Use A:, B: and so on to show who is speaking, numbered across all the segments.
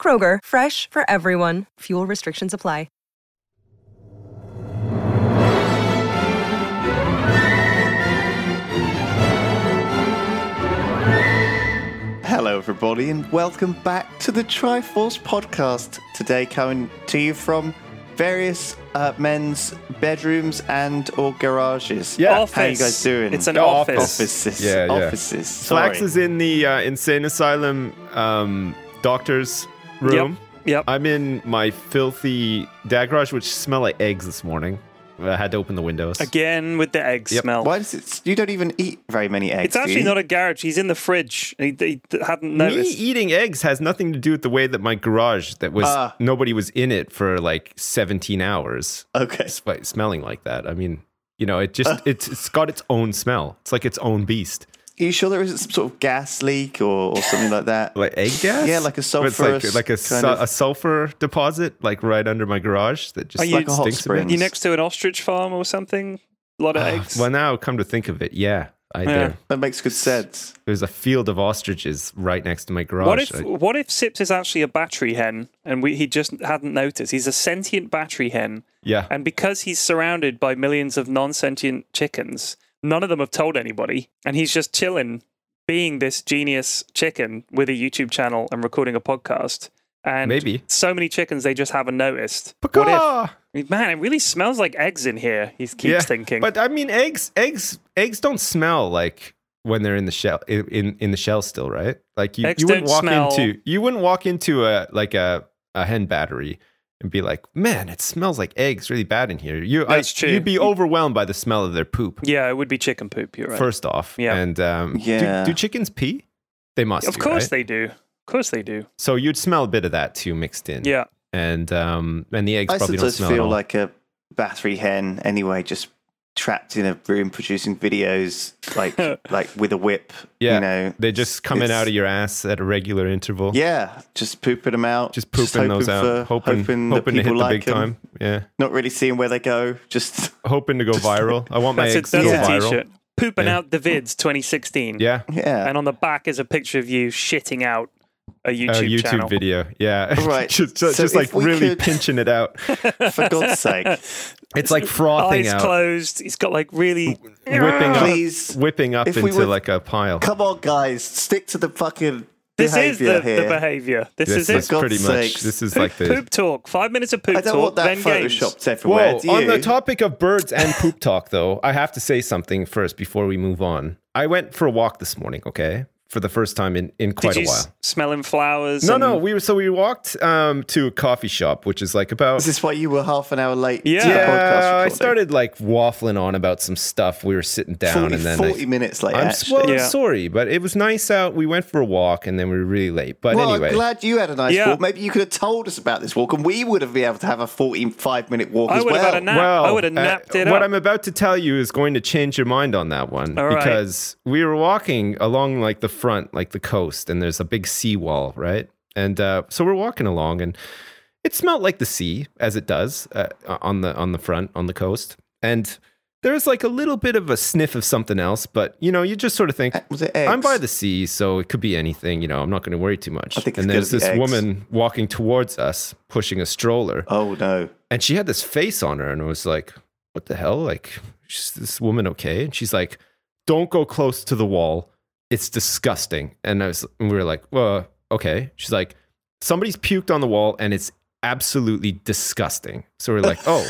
A: Kroger, fresh for everyone. Fuel restrictions apply.
B: Hello, everybody, and welcome back to the Triforce podcast. Today, coming to you from various uh, men's bedrooms and/or garages.
C: Yeah.
B: how you
D: Office.
B: guys doing?
D: It's an
C: Yeah,
D: office.
B: offices.
C: Yeah, yeah.
B: offices. Sorry.
C: Flax is in the uh, insane asylum um, doctor's room.
D: Yep.
C: I'm in my filthy dag garage, which smell like eggs this morning. I had to open the windows.
D: Again with the egg
C: Yep.
D: smell.
B: Why does it? You don't even eat very many eggs.
D: It's actually not a garage. He's in the fridge. He, he hadn't
C: Me
D: noticed.
C: eating eggs has nothing to do with the way that my garage that was
B: Ah.
C: nobody was in it for like 17 hours.
B: a. Okay. Ah.
C: Despite smelling like that, I mean, you know, it just it's, it's got its own smell. It's like its own beast,
B: Are you sure there isn't some sort of gas leak or, or something like that?
C: like egg gas.
B: Yeah, like a
C: Or it's like,
B: sulfurous
C: like a,
B: kind
C: su-
B: of-
C: a sulfur deposit, like right under my garage that just
D: Are you-
C: like
D: Like a
B: hot
C: stinks a bit.
B: spring.
D: you next to an ostrich farm or something? A lot of eggs.
C: Ah, Well, now come to think of it, yeah, I
D: Yeah.
C: do.
B: that makes good sense.
C: There's a field of ostriches right next to my garage.
D: what if
C: I-
D: what if Sips is actually a battery hen and we, he just hadn't noticed? He's a sentient battery hen,
C: yeah,
D: and because he's surrounded by millions of non-sentient chickens, none of them have told anybody, and he's just chilling, being this genius chicken with a YouTube channel and recording a podcast. And
C: Maybe.
D: so many chickens they just haven't noticed. What if?
C: Paka!
D: Man, it really smells like eggs in here. He keeps
C: Yeah,
D: thinking.
C: But I mean, eggs, eggs, eggs don't smell like when they're in the shell in in, in the shell still, right? Like you,
D: Eggs
C: you wouldn't
D: don't
C: walk
D: smell.
C: into you wouldn't walk into a like a, a hen battery and be like, man, it smells like eggs really bad in here. You,
D: That's true.
C: You'd be overwhelmed by the smell of their poop.
D: yeah, it would be chicken poop. You're right.
C: First off,
D: Yeah.
C: and um, do-
B: Yeah.
C: do, chickens pee? They must.
D: of
C: do,
D: course
C: right?
D: they do. Of course they do.
C: So you'd smell a bit of that too mixed in.
D: Yeah.
C: and um, and the eggs
B: I
C: probably don't
B: sometimes
C: smell at
B: feel
C: all.
B: like a battery hen anyway, just trapped in a room producing videos like like with a whip.
C: yeah,
B: You know.
C: they're just coming
B: it's-
C: out of your ass at a regular interval.
B: Yeah. Just pooping them out.
C: just pooping those out,
B: for-
C: hoping hoping,
B: that
C: to hit
B: people
C: the
B: like
C: big
B: 'em,
C: time. Yeah,
B: Not really seeing where they go. Just
C: hoping to go viral. I want my
D: That's, a,
C: eggs to
D: that's
C: go
B: Yeah.
D: a
C: viral.
D: t-shirt. Pooping
C: Yeah.
D: out the vids 2016.
C: Yeah,
B: yeah.
D: And on the back is a picture of you shitting out a
C: a
D: YouTube,
C: YouTube
D: channel.
C: video. Yeah,
B: Right.
C: just just,
B: So
C: just,
B: if
C: like
B: we
C: really
B: could-
C: pinching it out.
B: For God's sake,
C: It's like frothing
D: Eyes
C: out,
D: closed. He's got like really.
C: whipping
B: Please,
C: up, whipping up
B: if we
C: into
B: would-
C: like a pile.
B: come on, guys, stick to the fucking
D: This is
B: behavior
D: the,
B: here.
D: the behavior. This,
C: This
D: is
C: is
D: it.
B: God's
C: pretty
B: sakes.
C: much. This is like the
D: Poop talk. Five minutes of poop
B: I don't
D: talk.
B: want that
D: then games.
B: photoshopped everywhere.
C: Whoa,
B: Do
C: on the
B: you?
C: topic of birds and poop talk, though, I have to say something first before we move on. I went for a walk this morning, okay? For the first time in, in quite
D: Did you
C: a while.
D: s- smelling flowers?
C: no,
D: and-
C: no, we were so we walked um, to a coffee shop, which is like about
B: Is this why you were half an hour late?
D: Yeah.
B: to the podcast
C: yeah, I
B: recording?
C: started like waffling on about some stuff. We were sitting down,
B: 40,
C: and then
B: 40
C: I,
B: minutes late.
C: I'm s-
B: actually.
C: well, I'm
D: Yeah.
C: sorry, but it was nice out. We went for a walk, and then we were really late. But
B: well,
C: anyway,
B: I'm glad you had a nice
D: Yeah.
B: walk. Maybe you could have told us about this walk, and we would have been able to have a 45 minute walk
D: I
B: as
D: would
B: well.
D: have had a nap.
C: well,
D: I would have
C: uh,
D: napped it
C: What
D: up.
C: I'm about to tell you is going to change your mind on that one
D: All right.
C: because we were walking along like the front, like the coast, and there's a big seawall, right? And uh, so we're walking along, and it smelled like the sea as it does uh, on the on the front on the coast, and. There's like a little bit of a sniff of something else, but you know, you just sort of think,
B: Eh, Was it
C: I'm
B: Uh, eggs?
C: by the sea, so it could be anything. You know, I'm not going to worry too much.
B: I think it's
C: and
B: gonna
C: there's
B: be
C: this
B: eggs.
C: woman walking towards us, pushing a stroller,
B: Oh, no.
C: and she had this face on her, and it was like, "What the hell? Like, is this woman okay?" And she's like, "Don't go close to the wall. It's disgusting." And I was, and we were like, "Well, okay." She's like, "Somebody's puked on the wall, and it's absolutely disgusting." So we're like, "Oh."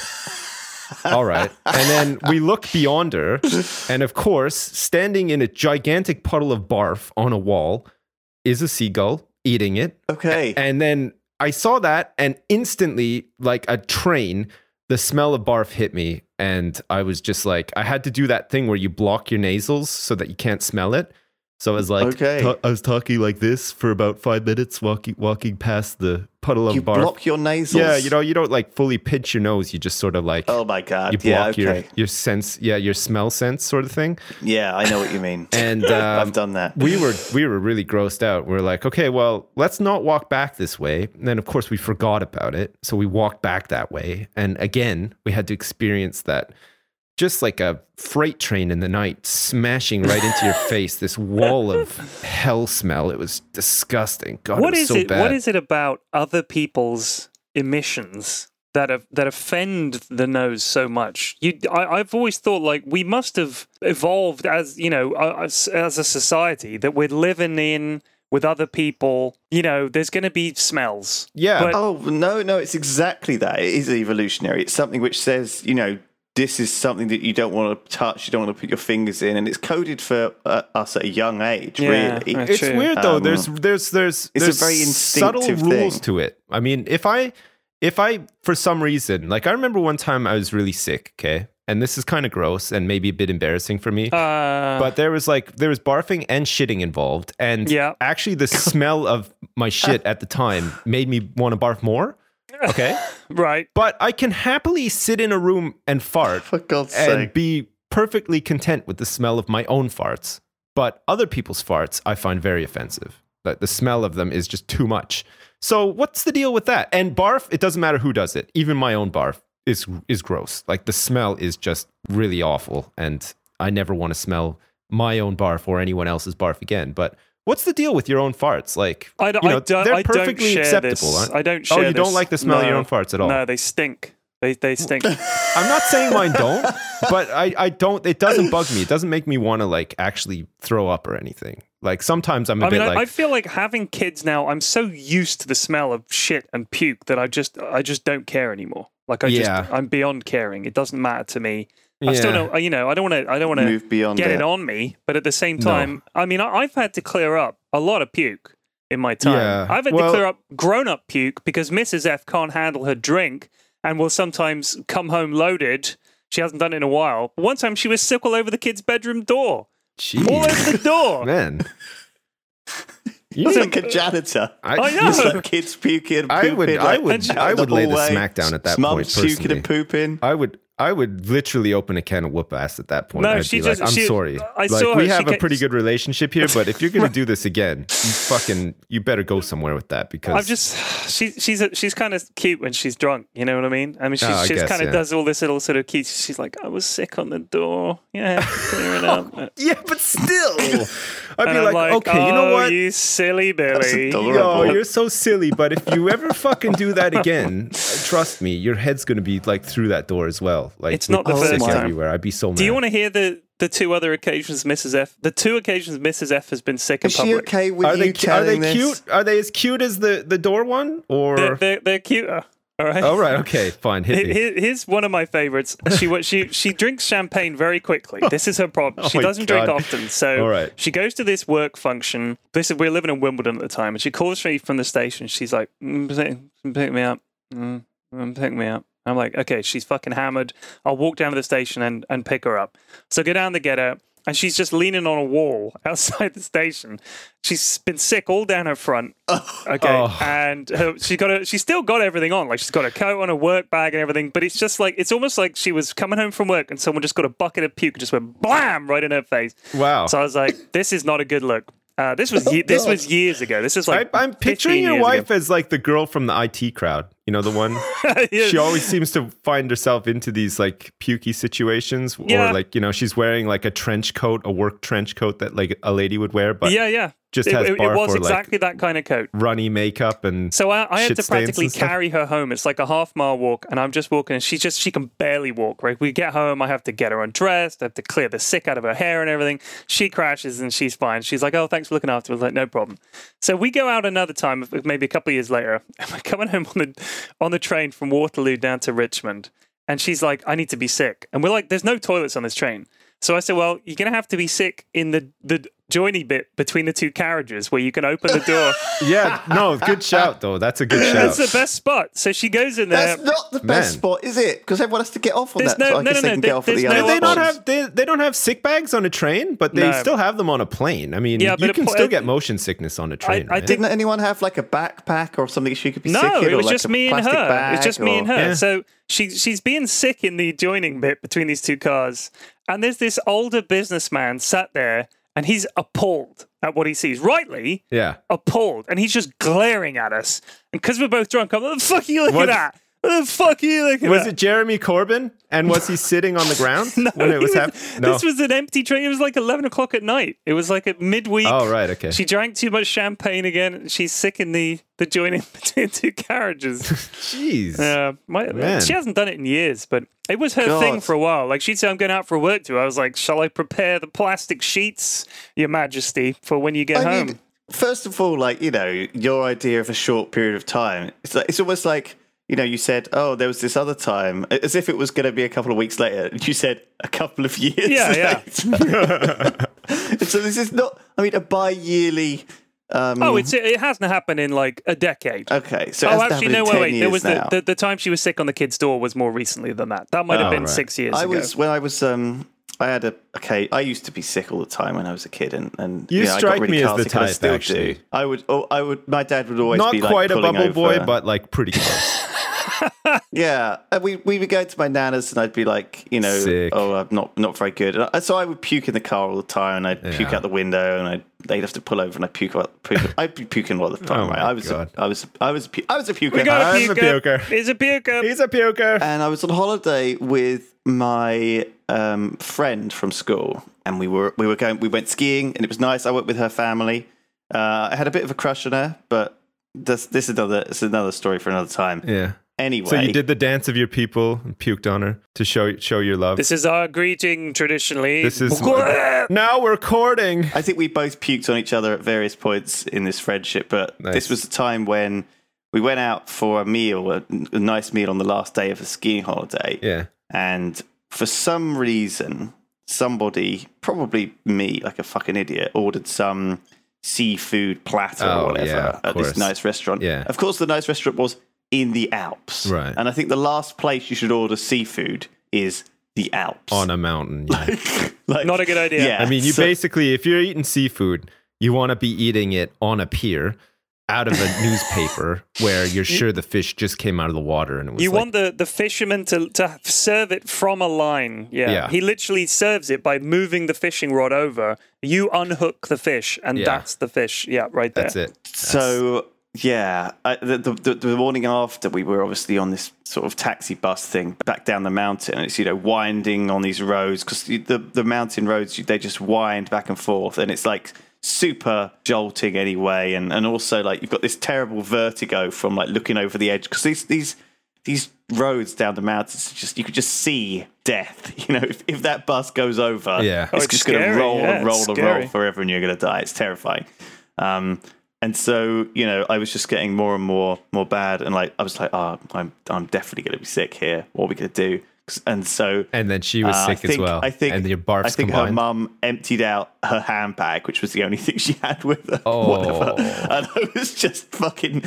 C: All right. And then we look beyond her. And of course, standing in a gigantic puddle of barf on a wall is a seagull eating it.
B: Okay.
C: And then I saw that, and instantly, like a train, the smell of barf hit me. And I was just like, I had to do that thing where you block your nasals so that you can't smell it. So I was like,
B: Okay.
C: ta- I was talking like this for about five minutes, walking walking past the puddle of
B: You
C: barf.
B: block your nasals.
C: yeah, you know, you don't like fully pinch your nose. You just sort of like
B: Oh my god.
C: you
B: yeah.
C: block
B: Okay.
C: your your sense, yeah, your smell sense sort of thing.
B: Yeah, I know what you mean.
C: And um,
B: I've done that.
C: we were we were really grossed out. We were like, okay, well, let's not walk back this way. And then of course we forgot about it, so we walked back that way. And again, we had to experience that just like a freight train in the night smashing right into your face this wall of hell smell. It was disgusting. God,
D: what
C: it was
D: is
C: so
D: it?
C: bad.
D: What is it about other people's emissions that of- that offend the nose so much? You, I, I've always thought like we must have evolved as you know uh, as, as a society that we're living in with other people. You know, there's going to be smells.
C: yeah.
D: but-
B: Oh no, no, it's exactly that. It is evolutionary. It's something which says, you know, this is something that you don't want to touch, you don't want to put your fingers in, and it's coded for uh, us at a young age.
D: Yeah,
B: really,
D: right.
C: it's
D: True.
C: weird though.
B: Um,
C: there's there's there's
B: it's a
C: there's
B: very
C: subtle
B: instinctive
C: rules
B: thing.
C: to it. I mean, if I if I for some reason, like I remember one time I was really sick, okay, and this is kind of gross and maybe a bit embarrassing for me.
D: Uh,
C: but there was like there was barfing and shitting involved, and
D: Yeah.
C: actually the smell of my shit at the time made me want to barf more. Okay,
D: right.
C: but I can happily sit in a room and fart
B: for God's
C: and
B: sake.
C: be perfectly content with the smell of my own farts. But other people's farts I find very offensive. Like the smell of them is just too much. So what's the deal with that? And barf, it doesn't matter who does it. Even my own barf is is gross. Like the smell is just really awful and I never want to smell my own barf or anyone else's barf again. But what's the deal with your own farts? Like
D: I, d-
C: you know,
D: I don't.
C: they're
D: I don't
C: perfectly
D: share
C: acceptable,
D: This.
C: aren't-
D: I don't.
C: Oh,
D: Share
C: you don't
D: this.
C: like the smell of your
D: No.
C: own farts at all?
D: No, they stink. They they stink.
C: I'm not saying mine don't, but I, I don't. It doesn't bug me. It doesn't make me want to like actually throw up or anything. Like sometimes I'm a
D: I
C: bit
D: mean, I, I
C: like,
D: feel like having kids now. I'm so used to the smell of shit and puke that I just, I just don't care anymore. Like I
C: Yeah.
D: just, I'm beyond caring. It doesn't matter to me. I still
C: Yeah.
D: don't, you know, I don't want to, I don't want to
B: Move beyond
D: get
B: it.
D: it on me. But at the same
C: No.
D: time, I mean, I, I've had to clear up a lot of puke in my time.
C: Yeah.
D: I've had to
C: Well-
D: clear up grown-up puke because Mrs. F can't handle her drink and will sometimes come home loaded. She hasn't done it in a while. One time, she was sick all over the kids' bedroom door, all
C: jeez,
D: over the door.
C: man. You
B: It's
C: need-
B: like a janitor.
D: I know.
B: It's like kids puking and
C: I
B: pooping.
C: would- I
B: like,
C: would-
B: out
C: I
B: the
C: would lay the
B: hallway.
C: smack down at that
B: Mum's
C: point,
B: puking and pooping.
C: I would I would literally open a can of whoop ass at that point.
D: No,
C: I'd
D: she
C: be
D: just-
C: like, I'm
D: she-
C: sorry.
D: I
C: like,
D: saw her,
C: we
D: she
C: have a
D: get-
C: pretty good relationship here, but if you're gonna do this again, you fucking you better go somewhere with that because
D: I've just she, she's a, she's kind of cute when she's drunk. You know what I mean? I mean, she's,
C: Oh, I
D: she's
C: guess,
D: kind of
C: yeah.
D: does all this little sort of cute. She's like, I was sick on the door. Yeah, clear it up. and
C: yeah, but still, I'd be
D: I'm
C: like, okay, you know
D: "Oh,
C: what?
D: You silly Billy.
B: adorable.
C: Yo,
B: Horrible.
C: you're so silly, but if you ever fucking do that again, trust me, your head's gonna be like through that door as well. Like
D: It's not the
C: we'd be
B: first
C: sick
B: time.
C: everywhere. I'd be so mad.
D: Do you want to hear the the two other occasions Mrs. F? The two occasions Mrs. F has been sick in
B: Is she
D: public.
B: okay with
C: Are
B: you
C: they cu- are they
B: telling this?
C: cute? Are they as cute as the the door one? Or
D: They're, they're, they're cuter. All right.
C: all right, okay, fine, hit
D: Here-
C: me.
D: here- Here's one of my favorites. She wa- she she drinks champagne very quickly. This is her problem. She
C: Oh my
D: doesn't
C: God.
D: drink often, so
C: All right.
D: she goes to this work function. This is, we're living in Wimbledon at the time, and she calls me from the station. She's like, "Mm, pick, pick me up, Mm, mm, pick me up." I'm like, okay, she's fucking hammered. I'll walk down to the station and, and pick her up. So I go down to get her, and she's just leaning on a wall outside the station. She's been sick all down her front. Okay,
C: Oh.
D: and her, she got her, she's still got everything on. Like she's got her coat on, her work bag, and everything. But it's just like it's almost like she was coming home from work, and someone just got a bucket of puke and just went blam right in her face.
C: Wow.
D: So I was like, this is not a good look. Uh, this was ye- this was years ago. This is like
C: I, I'm
D: 15
C: picturing your
D: years
C: wife
D: ago.
C: as like the girl from the IT crowd. You know the one.
D: Yeah.
C: she always seems to find herself into these like pukey situations,
D: Yeah.
C: or like you know she's wearing like a trench coat, a work trench coat that like a lady would wear, but
D: yeah, yeah.
C: just
D: it,
C: has
D: it- it
C: barf
D: was
C: or, like,
D: exactly that kind of coat.
C: runny makeup and
D: So I, I had
C: shit
D: to
C: stains
D: practically
C: and stuff?
D: carry her home. It's like a half mile walk, and I'm just walking, and she's just she can barely walk. Right, we get home, I have to get her undressed, I have to clear the sick out of her hair and everything. She crashes and she's fine. She's like, "Oh, thanks for looking after." us." like, "No problem." So we go out another time, maybe a couple of years later. and We're coming home on the on the train from Waterloo down to Richmond, and she's like, "I need to be sick," and we're like, "There's no toilets on this train." So I said, well, you're going to have to be sick in the, the joiny bit between the two carriages where you can open the door.
C: Yeah, no, good shout though. That's a good shout.
D: That's the best spot. So she goes in there.
B: That's not the best
C: Man.
B: spot, is it? Because everyone has to get off on
D: There's
B: that. so
D: no-
B: I
D: no,
B: guess they
D: no, no,
B: can get
D: there-
B: off at
D: there's
B: the
D: no
B: other
C: Do they not
D: ones.
C: have they, they don't have sick bags on a train, but they
D: No.
C: still have them on a plane. I mean,
D: Yeah, but
C: you
D: it
C: can
D: po-
C: still get motion sickness on a train.
D: I
C: right?
D: think-
B: Didn't anyone have like a backpack or something she could be sick
D: no,
B: in?
D: it
B: or
D: was
B: like
D: just
B: a
D: me and
B: plastic
D: her. It's
B: bag
D: just me
B: or-
D: and her.
C: Yeah.
D: So she she's being sick in the adjoining bit between these two cars, and there's this older businessman sat there, and he's appalled at what he sees. Rightly,
C: yeah.
D: appalled, and he's just glaring at us. And because we're both drunk, I'm like, "What the fuck are you looking
C: What-
D: at? What the fuck are you looking
C: Was
D: at?"
C: it Jeremy Corbyn? And was he sitting on the ground when it was
D: He
C: happening? No.
D: This was an empty train. It was like 11 o'clock at night. It was like at midweek.
C: oh, right. Okay.
D: She drank too much champagne again. and She's sick in the, the joining between two carriages.
C: Jeez.
D: Uh, my,
C: Man.
D: she hasn't done it in years, but it was her
B: God.
D: thing for a while. Like she'd say, I'm going out for work too. I was like, Shall I prepare the plastic sheets, Your Majesty, for when you get
B: I
D: home?
B: mean, first of all, like you know, your idea of a short period of time. It's like it's almost like you know, you said, "Oh, there was this other time," as if it was going to be a couple of weeks later. You said a couple of years.
D: Yeah, yeah.
B: later. so this is not. I mean, a bi-yearly. Um,
D: oh, it's, it hasn't happened in like a decade.
B: okay. So it
D: oh,
B: hasn't happened
D: actually,
B: in
D: no,
B: 10
D: wait, wait. There
B: years
D: was
B: now.
D: the, the, the time she was sick on the kid's door was more recently than that. That might have
C: Oh,
D: been
C: right.
D: six years
B: I
D: ago.
B: was when I was um I had a okay. I used to be sick all the time when I was a kid, and and
C: You
B: know, I
C: strike
B: got really
C: me as the
B: carsick, and I
C: type,
B: still
C: actually.
B: do. I would. Oh, I would. My dad would always
C: Not
B: be like
C: quite a
B: pulling
C: bubble boy,
B: over.
C: but like pretty close.
B: yeah. And we we would go to my nana's, and I'd be like, you know,
C: Sick.
B: oh, I'm not not very good. And I, so I would puke in the car all the time, and I'd puke out the window, and I'd they'd have to pull over, and I'd puke out. Puke, I'd be puking all the time.
C: Oh
B: right?
C: my
B: I was a,
C: God.
B: I was I was a pu- I was a puker.
D: We got
C: I'm
D: a
C: a
D: puker.
C: puker.
D: He's a puker.
C: He's a puker.
B: and I was on holiday with my um, friend from school, and we were we were going we went skiing, and it was nice. I went with her family. Uh, I had a bit of a crush on her, but this this is another it's another story for another time.
C: yeah.
B: Anyway,
C: So you did the dance of your people and puked on her to show show your love.
D: This is our greeting traditionally.
C: This is- now we're courting.
B: I think we both puked on each other at various points in this friendship, but this
C: Nice.
B: was the time when we went out for a meal, a, a nice meal on the last day of a skiing holiday.
C: Yeah.
B: and for some reason somebody probably me like a fucking idiot ordered some seafood platter
C: Oh,
B: or whatever
C: yeah, of
B: at this
C: course.
B: nice restaurant
C: Yeah.
B: of course the nice restaurant was in the alps
C: Right.
B: and i think the last place you should order seafood is the alps
C: On a mountain. yeah.
B: like,
D: Not a good idea.
B: yeah
C: Oh, I mean, you
B: so-
C: basically, if you're eating seafood, you want to be eating it on a pier out of a newspaper where you're sure the fish just came out of the water and it was
D: You
C: like,
D: want the, the fisherman to, to serve it from a line. Yeah.
C: Yeah.
D: He literally serves it by moving the fishing rod over. You unhook the fish, and
C: Yeah.
D: that's the fish. Yeah, right there.
C: that's it.
B: so yeah I, the, the, the, the morning after we were obviously on this sort of taxi bus thing back down the mountain it's you know winding on these roads because the, the, the mountain roads you- they just wind back and forth and it's like super jolting anyway and, and also like you've got this terrible vertigo from like looking over the edge because these these these roads down the mountains are just you could just see death you know if, if that bus goes over
C: Yeah.
B: it's,
C: Oh,
D: it's
B: just
D: scary.
B: gonna roll
D: Yeah,
B: and
D: it's
B: roll and roll
D: scary.
B: forever and you're going to die. It's terrifying. Um, and so, you know, I was just getting more and more, more bad. And like, I was like, oh, I'm, I'm definitely going to be sick here. What are we going to do? And so,
C: And then she was
B: uh,
C: sick
B: I think,
C: as well.
B: I think,
C: and your barfs
B: I think
C: combined.
B: her mum emptied out her handbag, which was the only thing she had with her.
C: Oh.
B: Whatever. And I was just fucking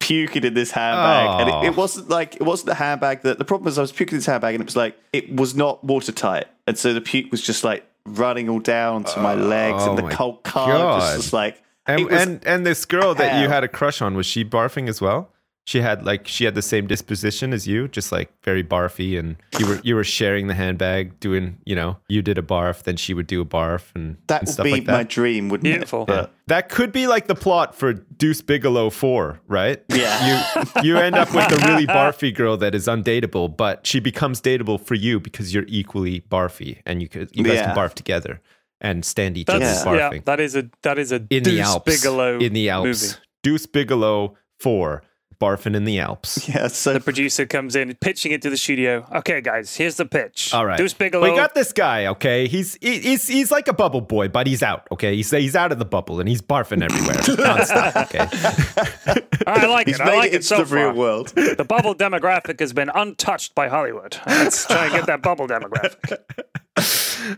B: puking in this handbag. And it, it
C: Oh.
B: wasn't like, it wasn't the handbag that the problem was I was puking in this handbag and it was like, it was not watertight. And so the puke was just like running all down to my legs
C: oh
B: and
C: my
B: the cold car
C: God.
B: just was like,
C: and,
B: it was
C: and and this girl that you
B: hell.
C: had a crush on was she barfing as well? She had like she had the same disposition as you, just like very barfy, and you were you were sharing the handbag, doing you know you did a barf, then she would do a barf, and
B: that
C: and
B: would
C: stuff
B: be
C: like that.
B: my dream, wouldn't
D: Beautiful.
B: it? But
C: That could be like the plot for Deuce Bigelow 4, right?
B: Yeah.
C: You you end up with a really barfy girl that is undateable, but she becomes dateable for you because you're equally barfy and you could you guys
B: Yeah.
C: can barf together and stand each
D: That's,
C: other's
D: yeah.
C: barfing.
D: that is a that is a
C: in
D: Deuce
C: the Alps.
D: Bigelow
C: in the Alps.
D: movie.
C: Deuce Bigelow 4, barfing in the Alps.
B: yeah, so
D: The producer comes in, pitching it to the studio. Okay, guys, here's the pitch.
C: All right.
D: Deuce Bigelow.
C: We got this guy, okay? He's he- he's he's like a bubble boy, but he's out, okay? He's he's out of the bubble and he's barfing everywhere. nonstop, okay?
D: I like
B: he's
D: it.
B: made
D: I like
B: it
D: it,
B: into
D: so
B: the
D: far.
B: real world.
D: The bubble demographic has been untouched by Hollywood. Let's try and get that bubble demographic.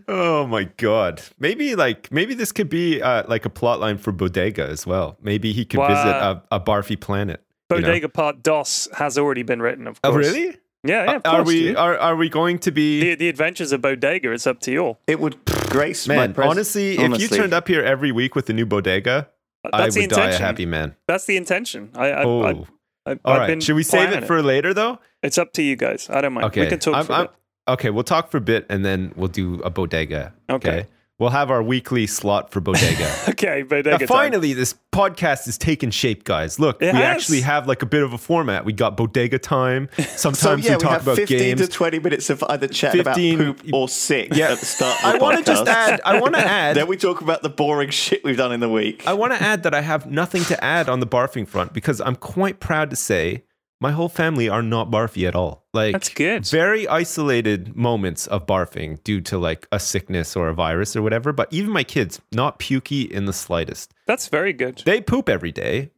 C: oh my god. Maybe like maybe this could be uh, like a plot line for Bodega as well. Maybe he could
D: Wow.
C: visit a, a barfy planet. you know?
D: Bodega Part Dos has already been written, of course.
C: Oh really?
D: Yeah, yeah. Of
C: are
D: course,
C: we
D: dude.
C: are, are we going to be
D: the, the adventures of Bodega? It's up to you all.
B: It would grace my
C: man?
B: presence.
C: honestly, if you turned up here every week with a new bodega, I
D: That's
C: would
D: the
C: die
D: intention.
C: a happy man.
D: That's the intention. I, I,
C: oh,
D: I,
C: all
D: I, I've
C: right.
D: been
C: Should we save
D: planning
C: it for later though?
D: It's up to you guys. I don't mind.
C: Okay.
D: We can talk
C: I'm-
D: for a
C: I'm-
D: bit.
C: Okay, we'll talk for a bit and then we'll do a bodega.
D: Okay.
C: We'll have our weekly slot for bodega.
D: Okay,
C: Now,
D: Bodega. time.
C: finally, this podcast is taking shape, guys. Look,
D: It
C: we
D: has.
C: actually have like a bit of a format. We got bodega time.
B: So
C: Sometimes
B: yeah,
C: we
B: we,
C: talk
B: have
C: about
B: 15
C: games.
B: to 20 minutes of either chatting
C: 15
B: about poop or sick at the start. Of the
C: I want to just
B: podcast.
C: add. I want to add.
B: Then we talk about the boring shit we've done in the week.
C: I want to add that I have nothing to add on the barfing front because I'm quite proud to say my whole family are not barfy at all. Like
D: That's good.
C: Very isolated moments of barfing due to like a sickness or a virus or whatever. But even my kids, not pukey in the slightest.
D: That's very good.
C: They poop every day,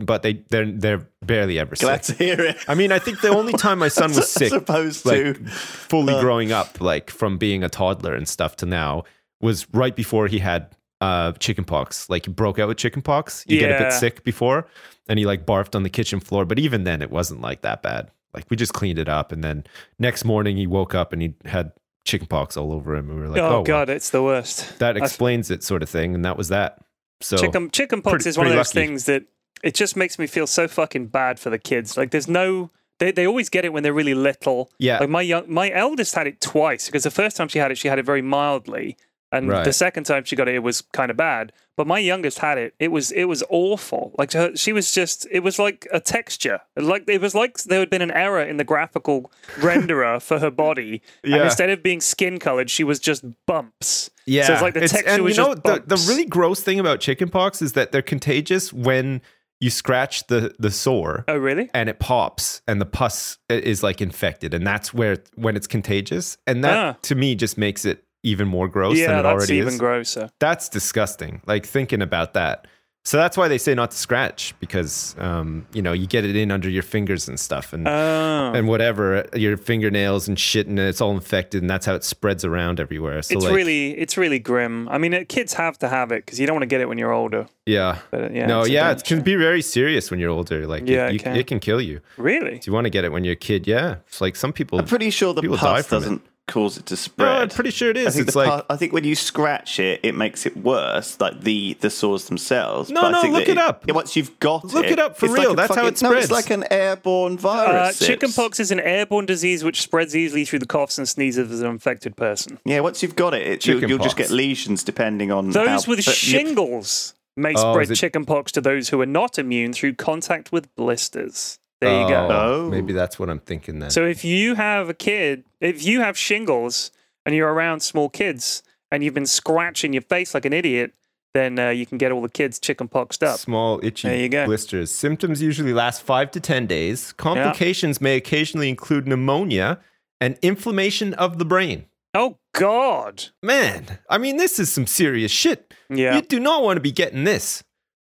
C: but they they're they're barely ever sick.
B: Glad to hear it.
C: I mean, I think the only time my son was
B: As
C: sick,
B: opposed
C: like
B: to uh,
C: fully
D: Uh,
C: growing up, like from being a toddler and stuff to now, was right before he had uh, chickenpox. Like he broke out with chickenpox. You get a
D: Yeah.
C: bit sick before, and he like barfed on the kitchen floor. But even then, it wasn't like that bad. Like we just cleaned it up, and then next morning he woke up and he had chickenpox all over him. And we were like,
D: oh,
C: "Oh, well,
D: God, it's the worst.
C: that
D: I've-
C: explains it," sort of thing. And that was that. So
D: chicken chicken pox
C: pretty-
D: is one of
C: pretty
D: those
C: lucky.
D: things that it just makes me feel so fucking bad for the kids. Like there's no they, they always get it when they're really little.
C: Yeah.
D: Like my young my eldest had it twice because the first time she had it, she had it very mildly. And the
C: Right.
D: second time she got it, it was kind of bad. But my youngest had it. It was it was awful. Like her, she was just it was like a texture. Like it was like there had been an error in the graphical renderer for her body. And
C: Yeah.
D: instead of being skin colored, she was just bumps.
C: Yeah,
D: So it's like the
C: It's-
D: texture
C: and
D: was
C: you know
D: just
C: the, the
D: bumps.
C: really gross thing about chickenpox is that they're contagious when you scratch the the sore
D: Oh really?
C: and it pops and the pus i- is like infected and that's where when it's contagious and that
D: Ah.
C: to me just makes it even more gross than
D: Yeah,
C: it
D: that's
C: already
D: even
C: is.
D: grosser.
C: that's disgusting. Like thinking about that. So that's why they say not to scratch because um, you know you get it in under your fingers and stuff and
D: Oh.
C: and whatever your fingernails and shit and it's all infected and that's how it spreads around everywhere. So
D: it's
C: like,
D: really it's really grim. I mean, uh, kids have to have it because you don't want to get it when you're older.
C: Yeah.
D: But, uh, yeah,
C: no,
D: it's a
C: yeah,
D: damage,
C: it can be very serious when you're older. Like,
D: Yeah,
C: it,
D: it
C: you,
D: can.
C: it can kill you.
D: Really?
C: If you want to get it when you're a kid, yeah. It's like some people.
B: I'm pretty sure the
C: people die
B: pus
C: from it.
B: doesn't cause it to spread.
C: no, I'm pretty sure it
B: I
C: is.
B: think,
C: It's
B: the
C: like,
B: pus- I think when you scratch it, it makes it worse, like the, the sores themselves.
C: No,
B: but I
C: no,
B: think
C: look
B: that
C: it up.
B: yeah, Once you've got it,
C: Look it up for
B: it's
C: real.
B: Like a
C: That's
B: fucking-
C: how it
B: no, it's
C: spreads.
B: like an airborne
D: Uh,
B: virus. It's-
D: chickenpox is an airborne disease which spreads easily through the coughs and sneezes of an infected person.
B: Yeah, once you've got it, it you'll, you'll just get
C: Chickenpox.
B: lesions depending
C: Hmm,
B: on
D: Those
B: how-
D: with
B: but you-
D: shingles may
C: Oh, is
D: spread
C: it-
D: chickenpox to those who are not immune through contact with blisters. There you
C: oh,
D: go.
B: Oh.
C: Maybe that's what I'm thinking then.
D: So if you have a kid, if you have shingles and you're around small kids and you've been scratching your face like an idiot, then uh, you can get all the kids chickenpoxed up.
C: Small, itchy
D: There you go.
C: blisters. Symptoms usually last five to 10 days. Complications may occasionally include pneumonia and inflammation of the brain.
D: Oh God!
C: Man, I mean, this is some serious shit.
D: Yeah.
C: You do not want to be getting this.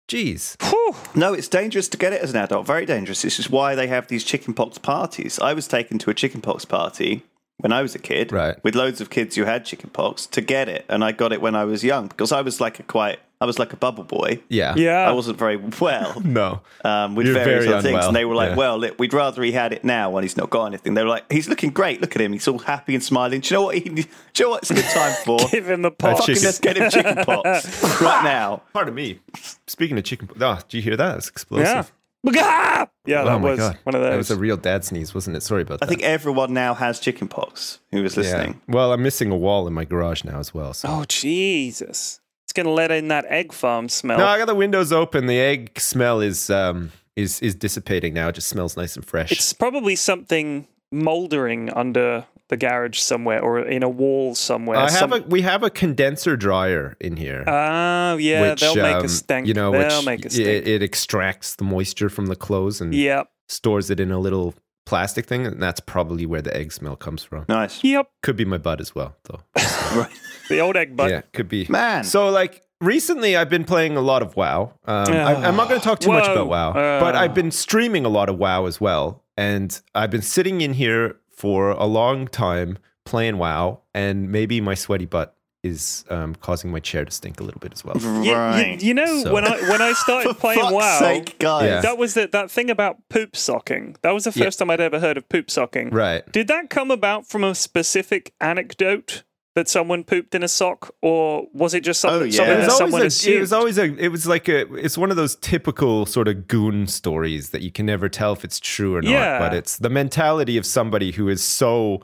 C: Jeez.
D: Whew.
B: No, it's dangerous to get it as an adult. Very dangerous. This is why they have these chickenpox parties. I was taken to a chickenpox party when I was a kid,
C: Right.
B: With loads of kids who had chickenpox to get it, and I got it when I was young because I was like a quite, I was like a bubble boy.
C: Yeah.
D: Yeah.
B: I wasn't very well
C: No.
B: um, with
C: You're
B: various
C: very
B: other things,
C: unwell.
B: and they were like,
C: Yeah.
B: "Well, look, we'd rather he had it now when he's not got anything." They were like, "He's looking great. Look at him. He's all happy and smiling. Do you know what? He, do you know what? It's a good time for."
D: Give him the pot.
C: chicken.
B: Let's get him chickenpox right now.
C: Pardon me. Speaking of chicken, oh, do you hear that? It's explosive.
D: Yeah. Yeah, that
C: oh my
D: was
C: god,
D: one of
C: That
D: those.
C: was a real dad sneeze, wasn't it? Sorry about that.
B: I think everyone now has chickenpox who was listening.
C: Well, I'm missing a wall in my garage now as well. So.
D: oh Jesus! It's gonna let in that egg farm smell.
C: No, I got the windows open. The egg smell is um is is dissipating now. It just smells nice and fresh.
D: it's probably something mouldering under the garage somewhere, or in a wall somewhere.
C: I have
D: some-
C: a we have a condenser dryer in here.
D: Oh yeah,
C: which,
D: they'll make
C: um,
D: a stink.
C: You know,
D: they'll
C: which
D: make a
C: It,
D: stink.
C: it extracts the moisture from the clothes and
D: yep,
C: stores it in a little plastic thing, and that's probably where the egg smell comes from.
B: Nice.
D: yep.
C: Could be my butt as well, though.
B: Right.
D: The old egg bug.
C: yeah, could be.
B: Man.
C: So like recently, I've been playing a lot of WoW. Um, I, am not going to talk too much
D: Whoa.
C: about WoW,
D: Uh.
C: but I've been streaming a lot of WoW as well, and I've been sitting in here for a long time playing WoW, and maybe my sweaty butt is um, causing my chair to stink a little bit as well.
D: You, you,
B: Right.
D: you know
C: So-
D: when I when I
B: For
D: started playing
B: fuck's
D: WoW,
B: sake, guys.
D: that was the, that thing about poop socking. That was the
C: Yeah.
D: first time I'd ever heard of poop socking.
C: Right.
D: Did that come about from a specific anecdote that someone pooped in a sock, or was it just something,
B: Oh, yeah.
D: something
C: It
D: that
C: was,
D: someone
C: always a,
D: assumed?
C: it was always a. It was like a. It's one of those typical sort of goon stories that you can never tell if it's true or not.
D: Yeah.
C: But it's the mentality of somebody who is so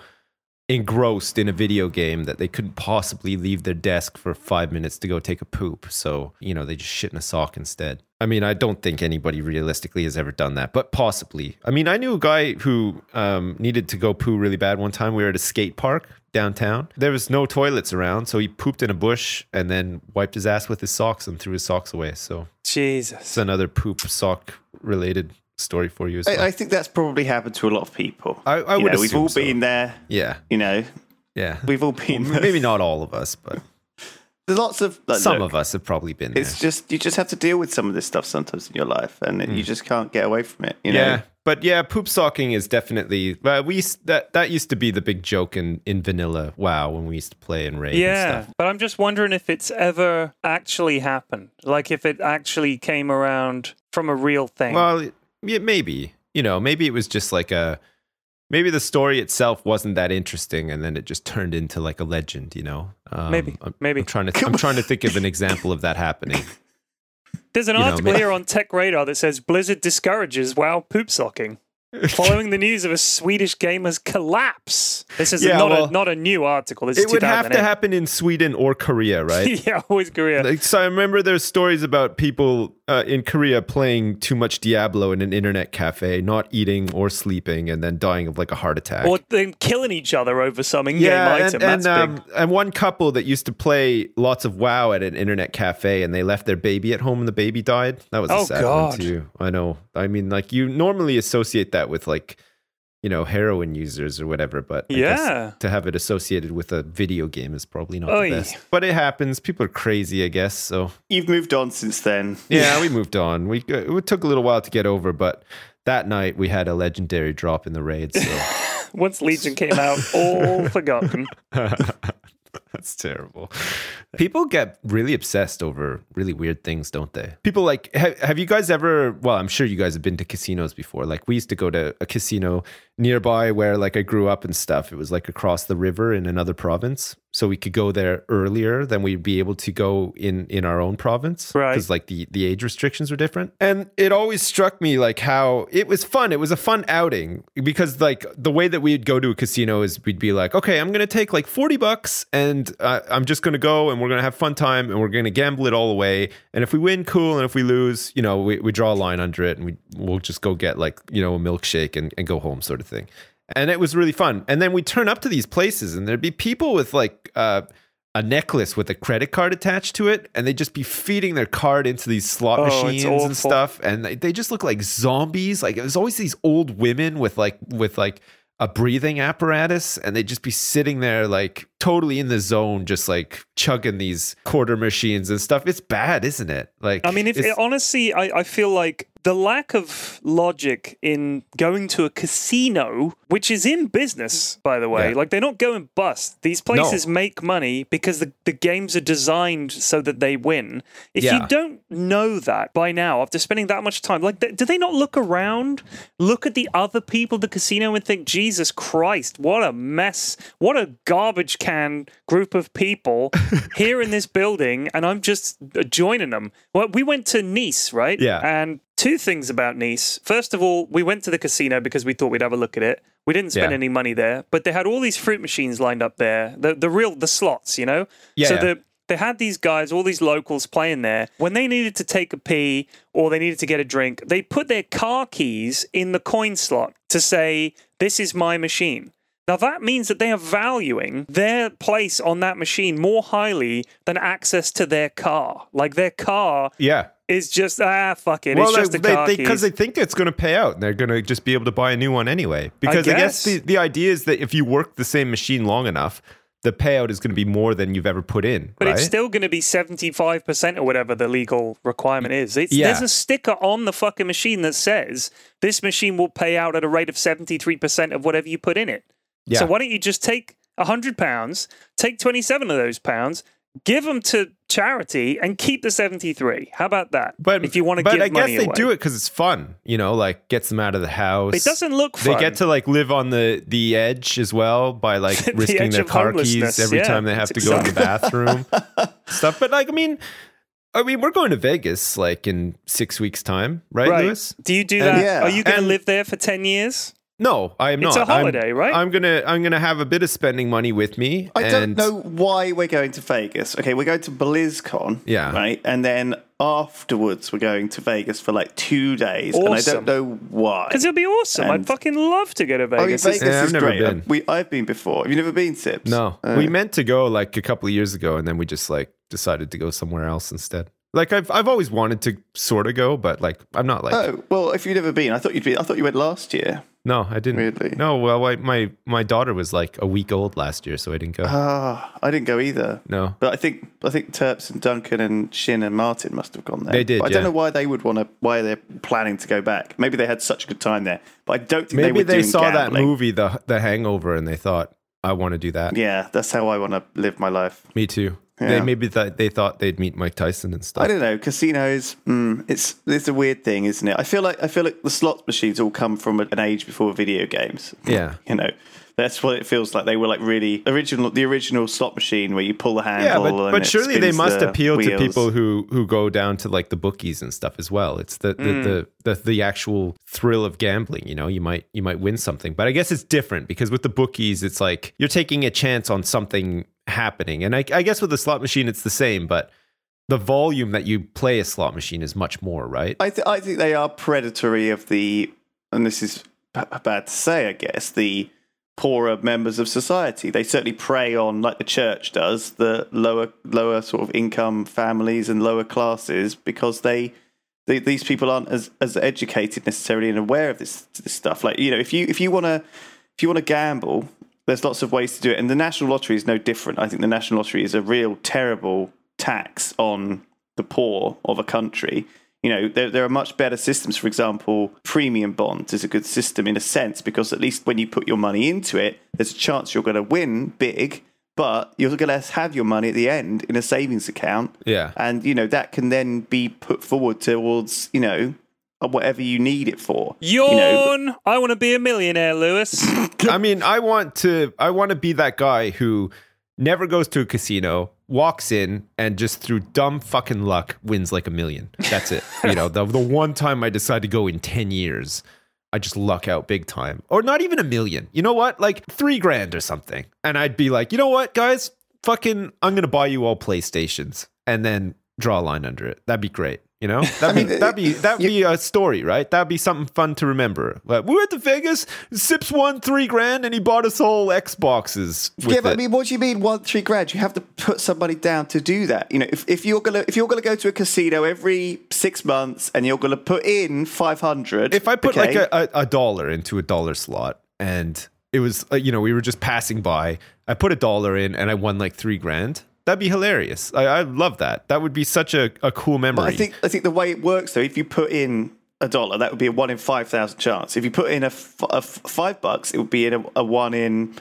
C: engrossed in a video game that they couldn't possibly leave their desk for five minutes to go take a poop. So you know they just shit in a sock instead. I mean, I don't think anybody realistically has ever done that, but possibly. I mean, I knew a guy who um, needed to go poo really bad one time. We were at a skate park downtown. There was no toilets around, so he pooped in a bush and then wiped his ass with his socks and threw his socks away. So
D: Jesus.
C: it's another poop sock related story for you as well.
B: I, I think that's probably happened to a lot of people.
C: I- I
B: You
C: would
B: know, We've
C: assume
B: all
C: so.
B: been there.
C: yeah,
B: You know,
C: yeah.
B: we've all been. there.
C: Maybe not all of us, but
B: There's lots of like,
C: some
B: look,
C: of us have probably been there.
B: It's just you just have to deal with some of this stuff sometimes in your life, and you just can't get away from it. You know?
C: Hmm. Yeah, but yeah, poop socking is definitely. Well, we used, that that used to be the big joke in in vanilla WoW when we used to play in raid.
D: Yeah,
C: and stuff.
D: but I'm just wondering if it's ever actually happened. Like if it actually came around from a real thing.
C: Well, it- yeah, maybe you know, maybe it was just like a. Maybe the story itself wasn't that interesting, and then it just turned into like a legend. You know, um,
D: Maybe,
C: I'm,
D: maybe.
C: I'm trying to. I'm trying to think of an example of that happening.
D: There's an
C: you know,
D: article
C: may-
D: here on Tech Radar that says Blizzard discourages WoW poop socking. Following the news of a Swedish gamer's collapse. This is
C: Yeah,
D: not,
C: well,
D: a, not a new article. This
C: It
D: is
C: would have to
D: 2008.
C: happen in Sweden or Korea, right?
D: yeah, always Korea.
C: Like, so I remember there's stories about people uh, in Korea playing too much Diablo in an internet cafe, not eating or sleeping, and then dying of like a heart attack.
D: or them killing each other over some in-game
C: yeah,
D: item.
C: and and,
D: That's big.
C: um, and one couple that used to play lots of WoW at an internet cafe, and they left their baby at home, and the baby died. That was
D: Oh,
C: a sad
D: God.
C: one too. I know. I mean, like you normally associate that with like you know heroin users or whatever, but I guess
D: Yeah.
C: to have it associated with a video game is probably not
D: Oy.
C: the best. But it happens. People are crazy, I guess. So
B: You've moved on since then.
C: yeah, we moved on. We uh, it took a little while to get over, but that night we had a legendary drop in the raid. So
D: Once Legion came out, all forgotten.
C: that's terrible. People get really obsessed over really weird things, don't they? People like have, have you guys ever? Well, I'm sure you guys have been to casinos before. Like we used to go to a casino nearby where like I grew up and stuff. It was like across the river in another province, so we could go there earlier than we'd be able to go in in our own province,
D: Right.
C: 'Cause, like the the age restrictions were different and it always struck me like how it was fun it was a fun outing because like the way that we'd go to a casino is we'd be like okay i'm gonna take like 40 bucks and uh, i'm just gonna go and we're gonna have fun time and we're gonna gamble it all away and if we win cool and if we lose you know we, we draw a line under it and we, we'll just go get like you know a milkshake and, and go home sort of thing and it was really fun and then we'd turn up to these places and there'd be people with like uh a necklace with a credit card attached to it, and they'd just be feeding their card into these slot
D: Oh, it's
C: machines
D: awful.
C: and stuff, and they, they just look like zombies. Like it was always these old women with like with like a breathing apparatus, and they'd just be sitting there like totally in the zone, just like chugging these quarter machines and stuff. It's bad, isn't it? Like
D: I mean, if
C: it's-
D: honestly, I, I feel like the lack of logic in going to a casino, which is in business, by the way,
C: Yeah.
D: like they're not going bust. These places make money because the, the games are designed so that they win. If
C: Yeah.
D: you don't know that by now, after spending that much time, like, th- do they not look around, look at the other people at the casino and think, Jesus Christ, what a mess, what a garbage can group of people here in this building, and I'm just joining them. Well, we went to Nice, right?
C: Yeah.
D: And two things about Nice. First of all, we went to the casino because we thought we'd have a look at it. We didn't spend
C: Yeah.
D: any money there, but they had all these fruit machines lined up there. The the real the slots, you know.
C: Yeah,
D: So
C: yeah.
D: the they had these guys, all these locals playing there. When they needed to take a pee or they needed to get a drink, they put their car keys in the coin slot to say, This is my machine. Now that means that they are valuing their place on that machine more highly than access to their car. Like their car
C: yeah.
D: is just ah fuck it. it's
C: they-
D: just a
C: they,
D: car
C: they,
D: keys.
C: because they think it's going to pay out and they're going to just be able to buy a new one anyway. Because I guess,
D: guess.
C: the, the idea is that if you work the same machine long enough, the payout is going to be more than you've ever put in.
D: But
C: right?
D: it's still going to be 75% or whatever the legal requirement is. It's,
C: Yeah.
D: There's a sticker on the fucking machine that says this machine will pay out at a rate of 73% of whatever you put in it.
C: Yeah.
D: So why don't you just take 100 pounds, take 27 of those pounds, give them to charity, and keep the 73. How about that?
C: But
D: if you want to
C: but
D: give
C: I guess
D: money
C: they
D: away.
C: do it because it's fun. You know, like gets them out of the house.
D: It doesn't look
C: They
D: fun.
C: get to like live on the the edge as well by like
D: The
C: risking
D: edge
C: their
D: of
C: car keys
D: homelessness,
C: every
D: yeah,
C: time they have to
D: it's
C: go to the bathroom stuff. But like, I mean, I mean, we're going to Vegas like in six weeks' time, right,
D: right.
C: Lewis?
D: Do you do
B: And-
D: that?
B: yeah.
D: Are you going to
C: And-
D: live there for 10 years?
C: No, I am
D: It's
C: not.
D: a
C: I'm-
D: holiday, right?
C: I'm gonna I'm gonna have a bit of spending money with me.
B: I don't
C: and-
B: know why we're going to Vegas. Okay, we're going to BlizzCon.
C: Yeah.
B: Right? And then afterwards, we're going to Vegas for like two days. And I don't
D: Awesome.
B: know why.
D: Because it'll be awesome. I'd
B: And-
D: fucking love to go to
B: I mean,
D: Vegas.
B: Vegas
D: It's-
C: Yeah, I've
B: is
C: never
B: great.
C: been.
B: We, I've been before. Have you never been, Sips?
C: No,
B: Uh,
C: we meant to go like a couple of years ago, and then we just like decided to go somewhere else instead. Like I've I've always wanted to sort of go, but like I'm not like
B: Oh well, if you've never been, I thought you'd be. I thought you went last year.
C: no, I didn't.
B: Really?
C: No, well, I, my my daughter was like a week old last year, so I didn't go.
B: Ah, I didn't go either.
C: no,
B: But I think I think Terps and Duncan and Shin and Martin must have gone there.
C: They did,
B: But I don't
C: yeah.
B: know why they would want to. Why they're planning to go back? Maybe they had such a good time there. But I don't think they
C: maybe
B: were
C: they,
B: doing
C: saw that
B: gambling.
C: movie, the the Hangover, and they thought I want to do that.
B: Yeah, that's how I want to live my life.
C: Me too. They
B: Yeah.
C: maybe th- they thought they'd meet Mike Tyson and
B: I
C: stuff.
B: don't know. Casinos, mm, it's it's a weird thing, isn't it? I feel like I feel like the slot machines all come from an age before video games.
C: Yeah.
B: you know, that's what it feels like. They were like really original, the original slot machine where you pull the handle.
C: Yeah, but,
B: and
C: but
B: it
C: surely they
B: spins
C: must
B: the
C: appeal to
B: wheels.
C: people who who go down to like the bookies and stuff as well. It's the the,
B: Mm.
C: the the the actual thrill of gambling. You know, you might you might win something, but I guess it's different because with the bookies, it's like you're taking a chance on something happening. And I, I guess with the slot machine, it's the same, but the volume that you play a slot machine is much more, right?
B: I, th- I think they are predatory of the, and this is b- bad to say, I guess, the poorer members of society. They certainly prey on, like the church does, the lower lower sort of income families and lower classes because they. the- These people aren't as, as educated necessarily and aware of this, this stuff. Like you know, if you if you want to if you want to gamble, there's lots of ways to do it, and the national lottery is no different. I think the national lottery is a real terrible tax on the poor of a country. You know, there, there are much better systems. For example, premium bonds is a good system in a sense because at least when you put your money into it, there's a chance you're going to win big, but you're going to have your money at the end in a savings account
C: yeah.
B: and you know that can then be put forward towards you know whatever you need it for
D: Yawn!
B: you know
D: I want to be a millionaire, Lewis.
C: I mean, I want to I want to be that guy who never goes to a casino, walks in, and just through dumb fucking luck wins like a million. That's it. you know, the the one time I decide to go in ten years, I just luck out big time, or not even a million. You know what? Like three grand or something, and I'd be like, you know what, guys, fucking, I'm gonna buy you all PlayStations, and then draw a line under it. That'd be great. You know, that'd be that'd be that'd be a story, right? That'd be something fun to remember. Like, we went to Vegas. Sips won three grand, and he bought us all Xboxes. With
B: yeah, but I
C: it.
B: mean, what do you mean one three grand? You have to put somebody down to do that. You know, if, if you're gonna if you're gonna go to a casino every six months and you're gonna put in five hundred,
C: if I put like a, a, a dollar into a dollar slot and it was, uh, you know, we were just passing by, I put a dollar in and I won like three grand. That'd be hilarious. I, I love that. That would be such a, a cool memory.
B: I think I think the way it works though, if you put in a dollar, that would be a one in five thousand chance. If you put in a, f- a f- five bucks, it would be in a, a one in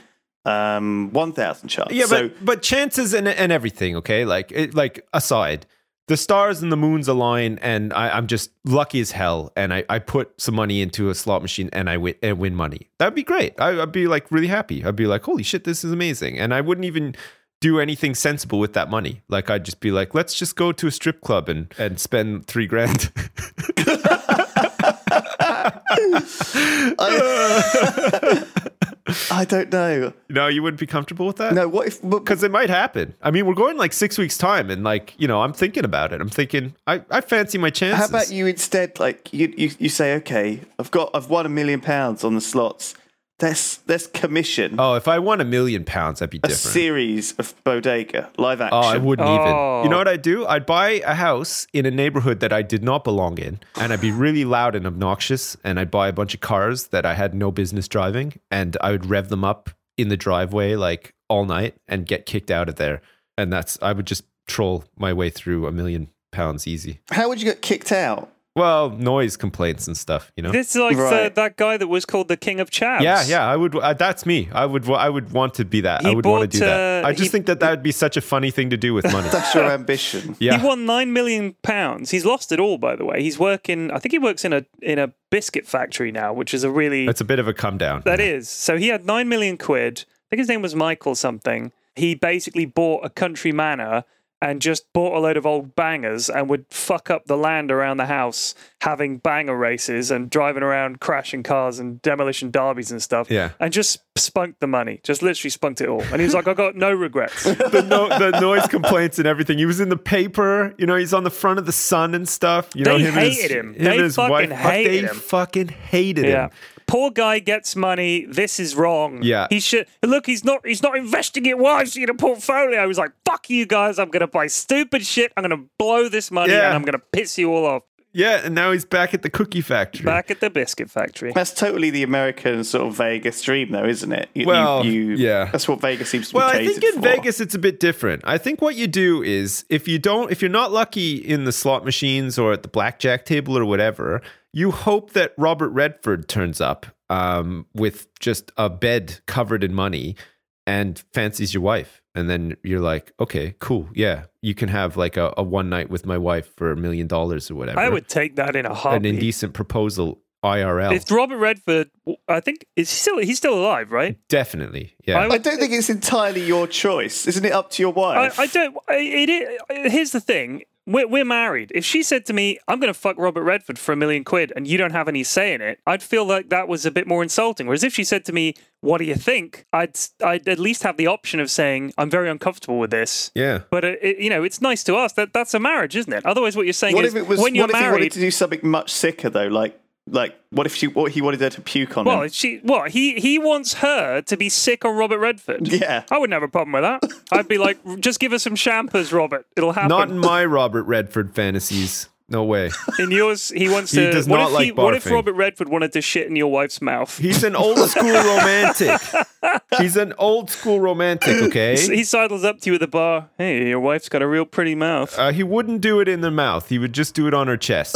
B: um one thousand chance.
C: yeah,
B: so,
C: but, but chances and, and everything, okay? Like, it, like aside, the stars and the moons align and I, I'm just lucky as hell. And I, I put some money into a slot machine and I win, and win money. That'd be great. I, I'd be like really happy. I'd be like, holy shit, this is amazing. And I wouldn't even do anything sensible with that money. Like I'd just be like, let's just go to a strip club and, and spend three grand.
B: I don't know.
C: no, you wouldn't be comfortable with that?
B: No, what if what-
C: because it might happen. I mean, we're going like six weeks time, and like you know, I'm thinking about it. I'm thinking, I, I fancy my chances.
B: How about you instead? Like you, you, you say, okay, I've got, I've won a million pounds on the slots. Let's let's commission
C: Oh, if I won a million pounds, that'd be
B: a
C: different.
B: series of bodega live action.
C: Oh, I wouldn't
D: Oh.
C: even. You know what I'd do? I'd buy a house in a neighborhood that I did not belong in, and I'd be really loud and obnoxious, and I'd buy a bunch of cars that I had no business driving, and I would rev them up in the driveway like all night and get kicked out of there. And that's I would just troll my way through a million pounds easy.
B: How would you get kicked out?
C: Well, noise complaints and stuff, you know.
D: This is like the-
B: Right.
D: that guy that was called the King of Chabs.
C: yeah, yeah, I would. Uh, that's me. I would. I would want to be that.
D: He
C: I would want
D: bought,
C: to do that.
D: uh,
C: I just
D: he-
C: think that that would be such a funny thing to do with money.
B: That's your ambition.
C: yeah,
D: He won nine million pounds. He's lost it all, by the way. He's working. I think he works in a in a biscuit factory now, which is a really
C: that's a bit of a come down.
D: That is. So he had nine million quid. I think his name was Michael something. He basically bought a country manor and just bought a load of old bangers and would fuck up the land around the house having banger races and driving around crashing cars and demolition derbies and stuff.
C: Yeah.
D: And just spunked the money. Just literally spunked it all. And he was like, I got no regrets.
C: the, no, the noise complaints and everything. He was in the paper. You know, he's on the front of the Sun and stuff. You know,
D: They
C: him and his,
D: hated him. They
C: and his
D: fucking
C: wife, but
D: hated
C: they
D: him.
C: fucking hated
D: yeah.
C: him.
D: Poor guy gets money. This is wrong.
C: Yeah.
D: He should look, he's not he's not investing it wisely in a portfolio. He's like, fuck you guys, I'm gonna buy stupid shit, I'm gonna blow this money
C: Yeah.
D: and I'm gonna piss you all off.
C: Yeah, and now he's back at the cookie factory.
D: Back at the biscuit factory.
B: That's totally the American sort of Vegas dream, though, isn't it? You-
C: Well, yeah.
B: That's what Vegas seems to
C: well,
B: be
C: I think
B: catered
C: in
B: for.
C: Vegas it's a bit different. I think what you do is if you don't, if you're not lucky in the slot machines or at the blackjack table or whatever, you hope that Robert Redford turns up um, with just a bed covered in money and fancies your wife. And then you're like, okay, cool. Yeah, you can have like a, a one night with my wife for a million dollars or whatever.
D: I would take that in a
C: an
D: heartbeat.
C: indecent proposal IRL.
D: if Robert Redford I think is he still he's still alive, right?
C: Definitely. Yeah.
D: I would-
B: I don't think it's entirely your choice. Isn't it up to your
D: I,
B: wife?
D: I don't. I- It, it, here's the thing: we're, we're married. If she said to me, "I'm going to fuck Robert Redford for a million quid," and you don't have any say in it, I'd feel like that was a bit more insulting. Whereas if she said to me, "What do you think?" I'd I'd at least have the option of saying, "I'm very uncomfortable with this."
C: yeah.
D: But uh it, you know, it's nice to us. That that's a marriage, isn't it? Otherwise, what you're saying
B: What
D: is
B: if it was?
D: when you're
B: what if he wanted
D: married.
B: to do something much sicker though? Like, like what if she? What he wanted her to puke on
D: Well,
B: him?
D: she what he he wants her to be sick on Robert Redford.
B: Yeah.
D: I wouldn't have a problem with that. I'd be like, just give her some champers, Robert. It'll happen.
C: Not in my Robert Redford fantasies. No way.
D: In yours, he wants
C: He
D: to.
C: does
D: what
C: not
D: if
C: like
D: he, What if
C: barfing.
D: Robert Redford wanted to shit in your wife's mouth?
C: He's an old school romantic. He's an old school romantic, okay?
D: He sidles up to you at the bar. Hey, your wife's got a real pretty mouth.
C: Uh, he wouldn't do it in the mouth. He would just do it on her chest.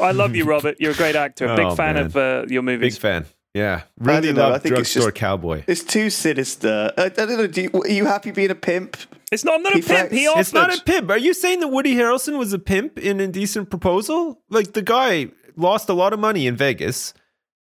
D: I love you, Robert. You're a great actor. Big
C: Oh,
D: fan
C: man.
D: of uh, your
C: Big
D: movies.
C: fan. Yeah.
B: I
C: Really
B: don't know. I
C: love
B: think it's
C: drugstore
B: just-
C: cowboy.
B: It's too sinister. Uh, I, I don't know. Do you, are you happy being a pimp?
D: It's not. I'm not a
B: He
D: pimp.
B: flex-
D: He
B: It's
D: offered.
C: It's not a pimp. Are you saying that Woody Harrelson was a pimp in Indecent Proposal? Like the guy lost a lot of money in Vegas,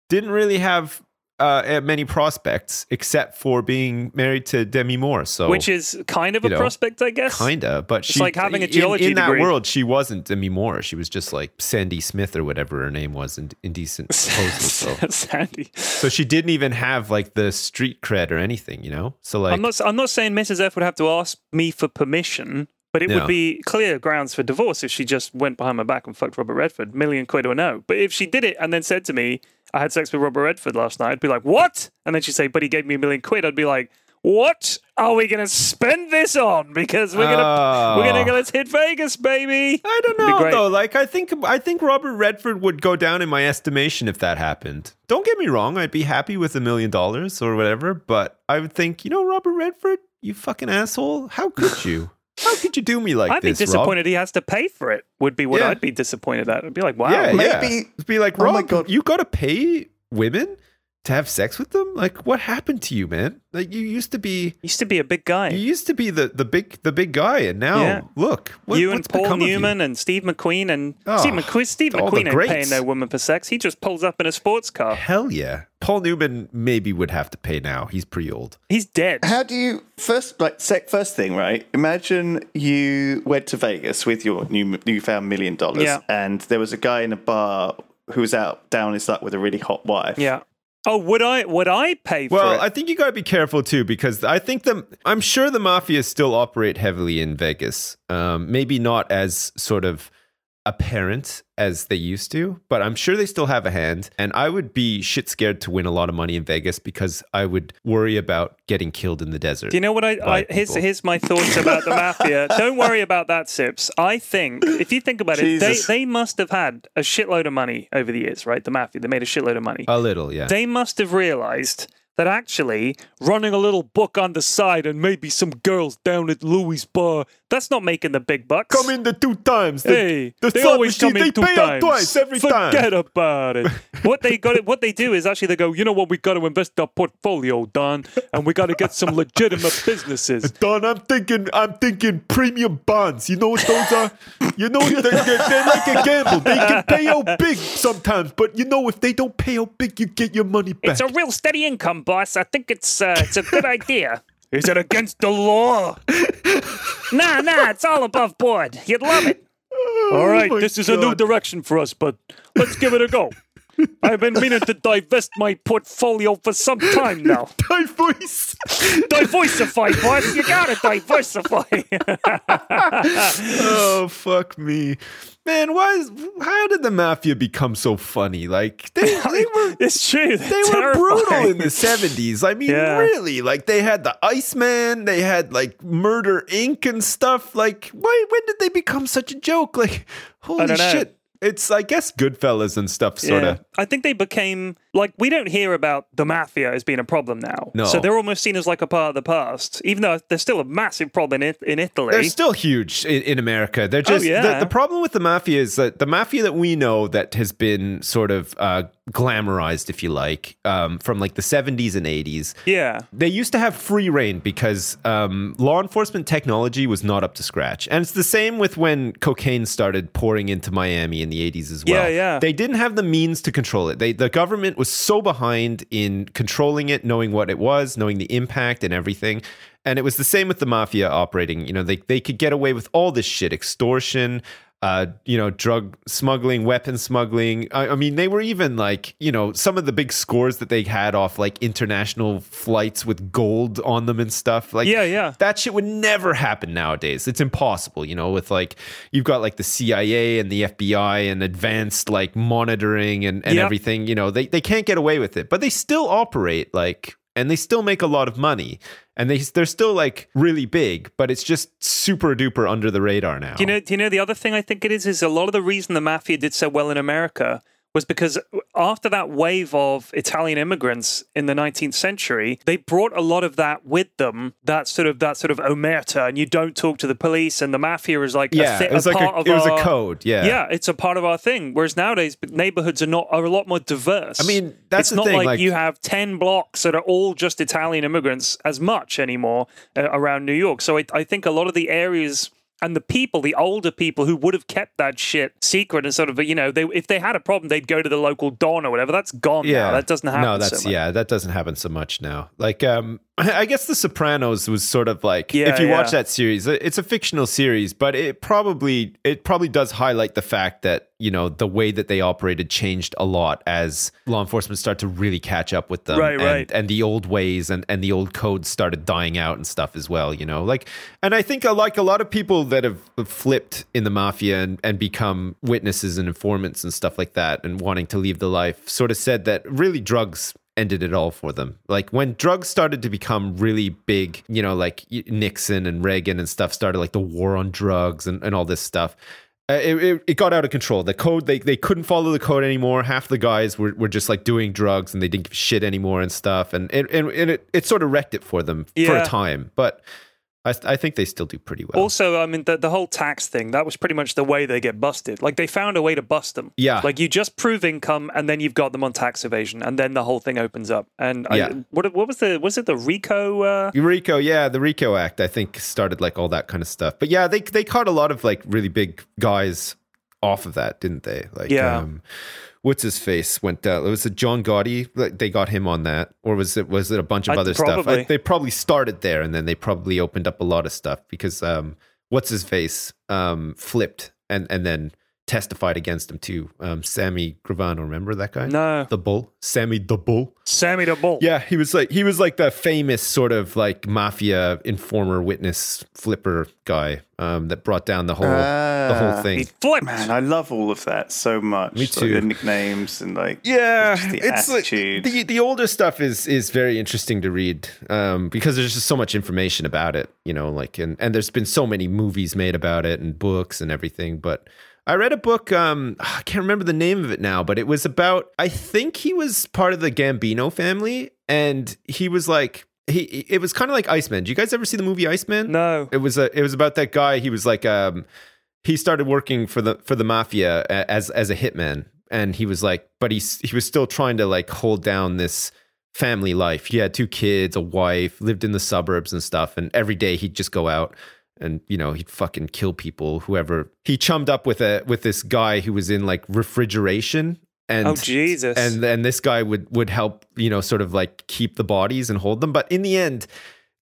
C: didn't really have uh, many prospects except for being married to Demi Moore. So
D: which is kind of a
C: You know,
D: prospect, I guess.
C: kinda but she's
D: like having a geology
C: in, in
D: degree.
C: that world she wasn't demi moore she was just like sandy smith or whatever her name was in indecent proposal so.
D: Sandy.
C: so she didn't even have like the street cred or anything you know so like
D: I'm not. I'm not saying Mrs. F would have to ask me for permission, but it would
C: No.
D: be clear grounds for divorce if she just went behind my back and fucked Robert Redford, million quid or no. But if she did it and then said to me, "I had sex with Robert Redford last night," I'd be like, "What?" And then she'd say, "But he gave me a million quid." I'd be like, "What are we gonna spend this on? Because we're gonna we're gonna
C: Oh.
D: go let's hit Vegas, baby."
C: i don't
D: It'd be
C: know
D: great.
C: though like i think i think robert redford would go down in my estimation if that happened don't get me wrong i'd be happy with a million dollars or whatever but i would think you know robert redford you fucking asshole how could you how could you do me like
D: I'd be
C: this Rob?
D: disappointed he has to pay for it. Would be what
C: Yeah.
D: I'd be disappointed at. I'd be like, "Wow,
C: Yeah,
B: Maybe-
C: yeah. It'd be like,
B: Oh
C: Rob,
B: my God.
C: you got to pay women to have sex with them. Like, what happened to you, man? Like, you used to be,
D: used to be a big guy."
C: you used to be the the big the big guy, and now
D: Yeah.
C: look, what,
D: you and
C: what's
D: Paul
C: become of you?
D: Newman and Steve McQueen and
C: Oh,
D: Steve McQueen. Steve
C: all the
D: McQueen ain't paying
C: greats.
D: no woman for sex. He just pulls up in a sports car.
C: Hell yeah, Paul Newman maybe would have to pay now. He's pretty old.
D: He's dead.
B: How do you first like sec, first thing right? Imagine you went to Vegas with your new newfound million dollars,
D: Yeah.
B: and there was a guy in a bar who was out down his luck with a really hot wife.
D: yeah. Oh, would I? Would I pay for
C: Well,
D: it?
C: I think you got to be careful too, because I think the I'm sure the mafia still operate heavily in Vegas. Um, maybe not as sort of apparent as they used to, but I'm sure they still have a hand. And I would be shit scared to win a lot of money in Vegas because I would worry about getting killed in the desert.
D: Do you know what I? I
C: by
D: here's
C: people.
D: here's my thoughts about the mafia. Don't worry about that, Sips. I think if you think about it, they,
B: Jesus.
D: they must have had a shitload of money over the years, right? The mafia. They made a shitload of money.
C: a little, yeah.
D: they must have realized that actually running a little book on the side and maybe some girls down at Louis' bar, That's not making the big bucks.
C: Come in the two times. The,
D: Hey,
C: the
D: they
C: slot
D: always
C: machine,
D: come in
C: they
D: two
C: pay out
D: times.
C: twice every time.
D: Forget about it. What they got, what they do is actually they go, you know what, we got to invest our portfolio, Don, and we got to get some legitimate businesses.
C: Don, I'm thinking, I'm thinking premium bonds. You know what those are? You know, they're, they're, they're like a gamble. They can pay out big sometimes, but you know, if they don't pay out big, you get your money back.
D: It's a real steady income, boss. I think it's uh, it's a good idea. Is it against the law? nah, nah, it's all above board. You'd love it. All right,
C: Oh my
D: this is a new
C: God.
D: direction for us, but let's give it a go. I've been meaning to divest my portfolio for some time now.
C: High voice.
D: Diversify, boss. You gotta diversify.
C: oh fuck me, man! Why? Is, how did the mafia become so funny? Like they, they were.
D: it's true.
C: They were brutal in the 70s. I mean,
D: Yeah.
C: really, like they had the Iceman, they had like Murder Inc. and stuff. Like, why, when did they become such a joke? Like, holy
D: don't know.
C: shit. It's, I guess, Goodfellas and stuff, sort of.
D: I think they became like we don't hear about the mafia as being a problem now.
C: No.
D: So they're almost seen as like a part of the past, even though they're still a massive problem in, in Italy.
C: They're still huge in, in America. They're just
D: Oh, yeah.
C: the, the problem with the mafia is that the mafia that we know that has been sort of uh, glamorized, if you like, um, from like the 70s and 80s.
D: yeah.
C: They used to have free reign because um, law enforcement technology was not up to scratch, and it's the same with when cocaine started pouring into Miami in the 80s as well.
D: Yeah, yeah.
C: They didn't have the means to control it. They the government was so behind in controlling it, knowing what it was, knowing the impact and everything. And it was the same with the mafia operating. You know, they they could get away with all this shit, extortion, uh, you know, drug smuggling, weapon smuggling. I, I mean, they were even like, you know, some of the big scores that they had off like international flights with gold on them and stuff. Like,
D: Yeah, yeah.
C: that shit would never happen nowadays. It's impossible, you know, with like you've got like the CIA and the FBI and advanced like monitoring and, and
D: Yeah.
C: everything, you know, they, they can't get away with it. But they still operate like and they still make a lot of money. And they they're still like really big, but it's just super duper under the radar now.
D: Do you know? Do you know the other thing I think it is is a lot of the reason the mafia did so well in America was because after that wave of Italian immigrants in the 19th century, they brought a lot of that with them. That sort of that sort of omerta, and you don't talk to the police, and the mafia is like
C: yeah,
D: a thi-
C: it was
D: a
C: like
D: part
C: a,
D: of
C: it was
D: our-
C: a code. Yeah.
D: yeah, it's a part of our thing. Whereas nowadays, neighborhoods are not are a lot more
C: I
D: diverse.
C: mean, that's
D: it's
C: the
D: not
C: thing,
D: like,
C: like-
D: you have ten blocks that are all just Italian immigrants as much anymore uh, around New York. So I, I think a lot of the areas and the people, the older people who would have kept that shit secret and sort of you know, they if they had a problem, they'd go to the local don or whatever. That's gone. Yeah,
C: Yeah,
D: that doesn't happen.
C: No, that's
D: so much.
C: yeah, that doesn't happen so much now. Like, um, I guess The Sopranos was sort of like
D: Yeah,
C: if you watch
D: yeah.
C: that series, it- it's a fictional series, but it probably it probably does highlight the fact that you know the way that they operated changed a lot as law enforcement started to really catch up with them,
D: Right,
C: and,
D: right.
C: and the old ways and and the old codes started dying out and stuff as well. You know, like, and I think uh, like a lot of people that have flipped in the mafia and and become witnesses and informants and stuff like that, and wanting to leave the life, sort of said that really drugs ended it all for them. Like when drugs started to become really big, you know, like Nixon and Reagan and stuff started, like the war on drugs and, and all this stuff. uh, It, it, it got out of control. The code, they, they couldn't follow the code anymore. Half the guys were, were just like doing drugs and they didn't give a shit anymore and stuff. And, and, and it, it sort of wrecked it for them for
D: Yeah.
C: a time. But I, I think they still do pretty well.
D: Also, I mean, the, the whole tax thing, that was pretty much the way they get busted. Like, they found a way to bust them.
C: Yeah.
D: Like, you just prove income and then you've got them on tax evasion, and then the whole thing opens up. And I,
C: Yeah.
D: what, what was the, was it the RICO? Uh,
C: Rico, yeah, the Rico Act, I think, started like all that kind of stuff. But yeah, they they caught a lot of like really big guys off of that, didn't they? Like,
D: Yeah.
C: um, what's his face went down? It was it John Gotti? Like, They got him on that, or was it was it a bunch of
D: I-
C: other stuff?
D: probably.
C: I, they probably started there, and then they probably opened up a lot of stuff because um, what's his face um flipped and and then testified against him too. Um, Sammy Gravano, remember that guy?
D: no.
C: The bull, Sammy the bull.
D: Sammy the Bull.
C: Yeah, he was like he was like the famous sort of like mafia informer witness flipper guy um, that brought down the whole the
B: Ah.
C: whole
D: He
C: thing.
D: flipped.
B: Man, I love all of that so much.
C: Me
B: Like
C: too.
B: the nicknames and like
C: Yeah,
B: just the
C: it's like,
B: attitude.
C: the the older stuff is is very interesting to read um, because there's just so much information about it, you know, like and and there's been so many movies made about it and books and everything, but. I read a book. Um, I can't remember the name of it now, but it was about. I think he was part of the Gambino family, and he was like he it was kind of like Iceman. Do you guys ever see the movie Iceman?
D: No.
C: It was a, it was about that guy. He was like um he started working for the for the mafia a- as as a hitman, and he was like, but he s- he was still trying to like hold down this family life. He had two kids, a wife, lived in the suburbs and stuff, and every day he'd just go out and you know he'd fucking kill people whoever he chummed up with a with this guy who was in like refrigeration and
D: oh Jesus.
C: and then this guy would would help you know sort of like keep the bodies and hold them but in the end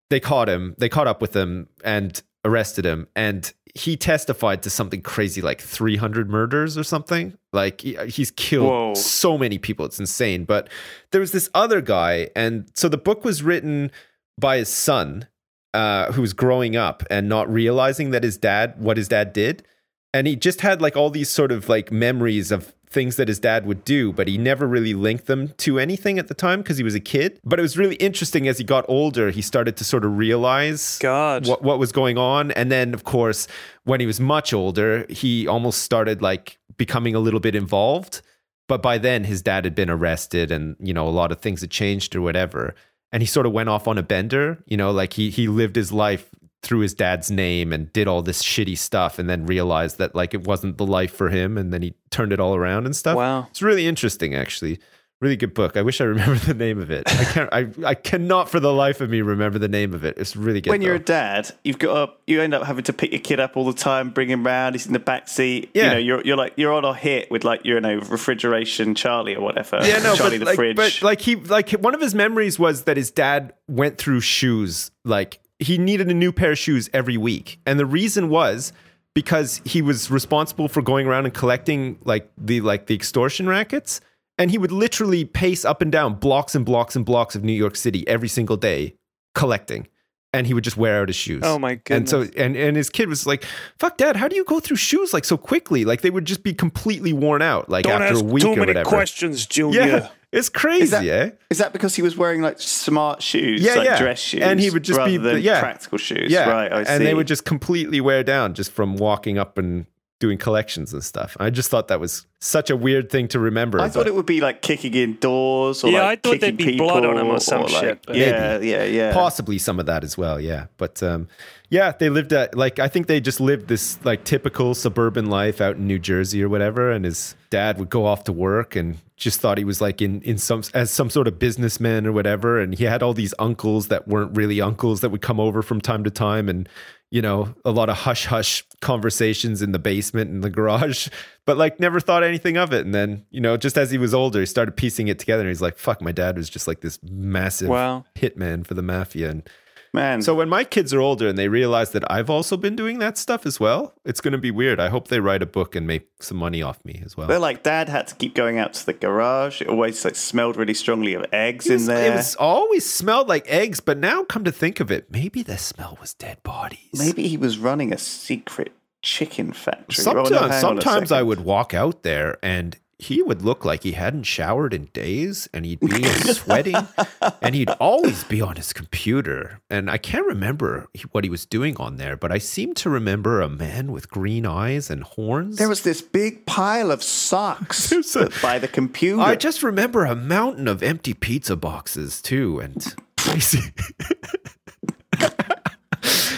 C: they caught him they caught up with him and arrested him and he testified to something crazy like 300 murders or something like he- he's killed
D: Whoa.
C: so many people it's insane but there was this other guy and so the book was written by his son uh, who was growing up and not realizing that his dad what his dad did and he just had like all these sort of like memories of things that his dad would do but he never really linked them to anything at the time because he was a kid but it was really interesting as he got older he started to sort of realize
D: God.
C: what, what was going on and then of course when he was much older he almost started like becoming a little bit involved but by then his dad had been arrested and you know a lot of things had changed or whatever and he sort of went off on a bender you know like he he lived his life through his dad's name and did all this shitty stuff and then realized that like it wasn't the life for him and then he turned it all around and stuff
D: Wow.
C: it's really interesting actually really good book i wish i remember the name of it i can't i, I cannot for the life of me remember the name of it it's really good
B: when you're a
C: though.
B: dad, you've got up. You end up having to pick your kid up all the time, bring him round. He's in the back seat. You
C: Yeah.
B: know, you're you're like you're on a hit with like you know refrigeration Charlie or whatever.
C: Yeah, no,
B: Charlie
C: but,
B: the
C: like,
B: fridge.
C: but like he like one of his memories was that his dad went through shoes. Like he needed a new pair of shoes every week, and the reason was because he was responsible for going around and collecting like the like the extortion rackets. And he would literally pace up and down blocks and blocks and blocks of New York City every single day collecting. And he would just wear out his shoes.
D: Oh, my
C: And so and, and his kid was like, Fuck dad, how do you go through shoes like so quickly? Like they would just be completely worn out, like
D: Don't
C: after
D: ask
C: a week
D: too
C: or
D: many
C: whatever.
D: questions, Junior.
C: Yeah, it's crazy,
B: Is that,
C: eh?
B: is that because he was wearing like smart shoes,
C: Yeah,
B: like
C: yeah.
B: dress shoes,
C: And he would just
B: rather
C: be-
B: than
C: yeah.
B: practical shoes,
C: Yeah,
B: right? I
C: and they
B: see.
C: would just completely wear down just from walking up and doing collections and stuff. I just thought that was such a weird thing to remember.
B: I thought
C: but
B: it would be like kicking in doors or
D: Yeah,
B: like
D: I thought
B: kicking
D: there'd be blood on 'em
B: people
D: or some
B: like-
D: shit, but-
B: Yeah, yeah, yeah.
C: possibly some of that as well. Yeah, but um, yeah, they lived at like I think they just lived this like typical suburban life out in New Jersey or whatever. And his dad would go off to work and just thought he was like in in some as some sort of businessman or whatever. And he had all these uncles that weren't really uncles that would come over from time to time and you know, a lot of hush hush conversations in the basement and the garage, but like never thought anything of it. And then, you know, just as he was older, he started piecing it together and he's like, fuck, my dad was just like this massive
D: Wow.
C: hitman for the mafia. And
B: man.
C: so when my kids are older and they realize that I've also been doing that stuff as well, it's going to be weird. I hope they write a book and make some money off me as well.
B: But like, Dad had to keep going out to the garage. It always like smelled really strongly of eggs
C: it was,
B: in there.
C: it was always smelled like eggs, but now come to think of it, maybe the smell was dead bodies.
B: Maybe he was running a secret chicken factory. Oh, no,
C: Sometimes,
B: hang on a
C: sometimes I
B: second.
C: would walk out there and he would look like he hadn't showered in days and he'd be sweating and he'd always be on his computer. And I can't remember he- what he was doing on there, but I seem to remember a man with green eyes and horns.
B: There was this big pile of socks
C: There's a-
B: by the computer.
C: I just remember a mountain of empty pizza boxes too, and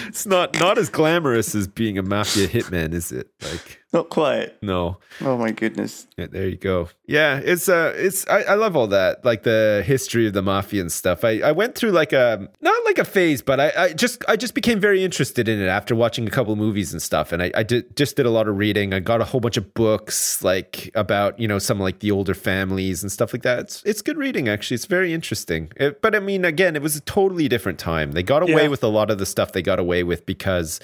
C: it's not not as glamorous as being a mafia hitman, is it? Like,
B: Not quite.
C: no.
B: Oh my goodness.
C: Yeah, there you go. Yeah, it's uh it's I, I love all that, like the history of the mafia and stuff. I, I went through like a not like a phase, but I, I just I just became very interested in it after watching a couple of movies and stuff. And I, I did just did a lot of reading. I got a whole bunch of books like about, you know, some like the older families and stuff like that. It's it's good reading actually. It's very interesting. It, but I mean again, it was a totally different time. They got away
D: Yeah.
C: with a lot of the stuff they got away with because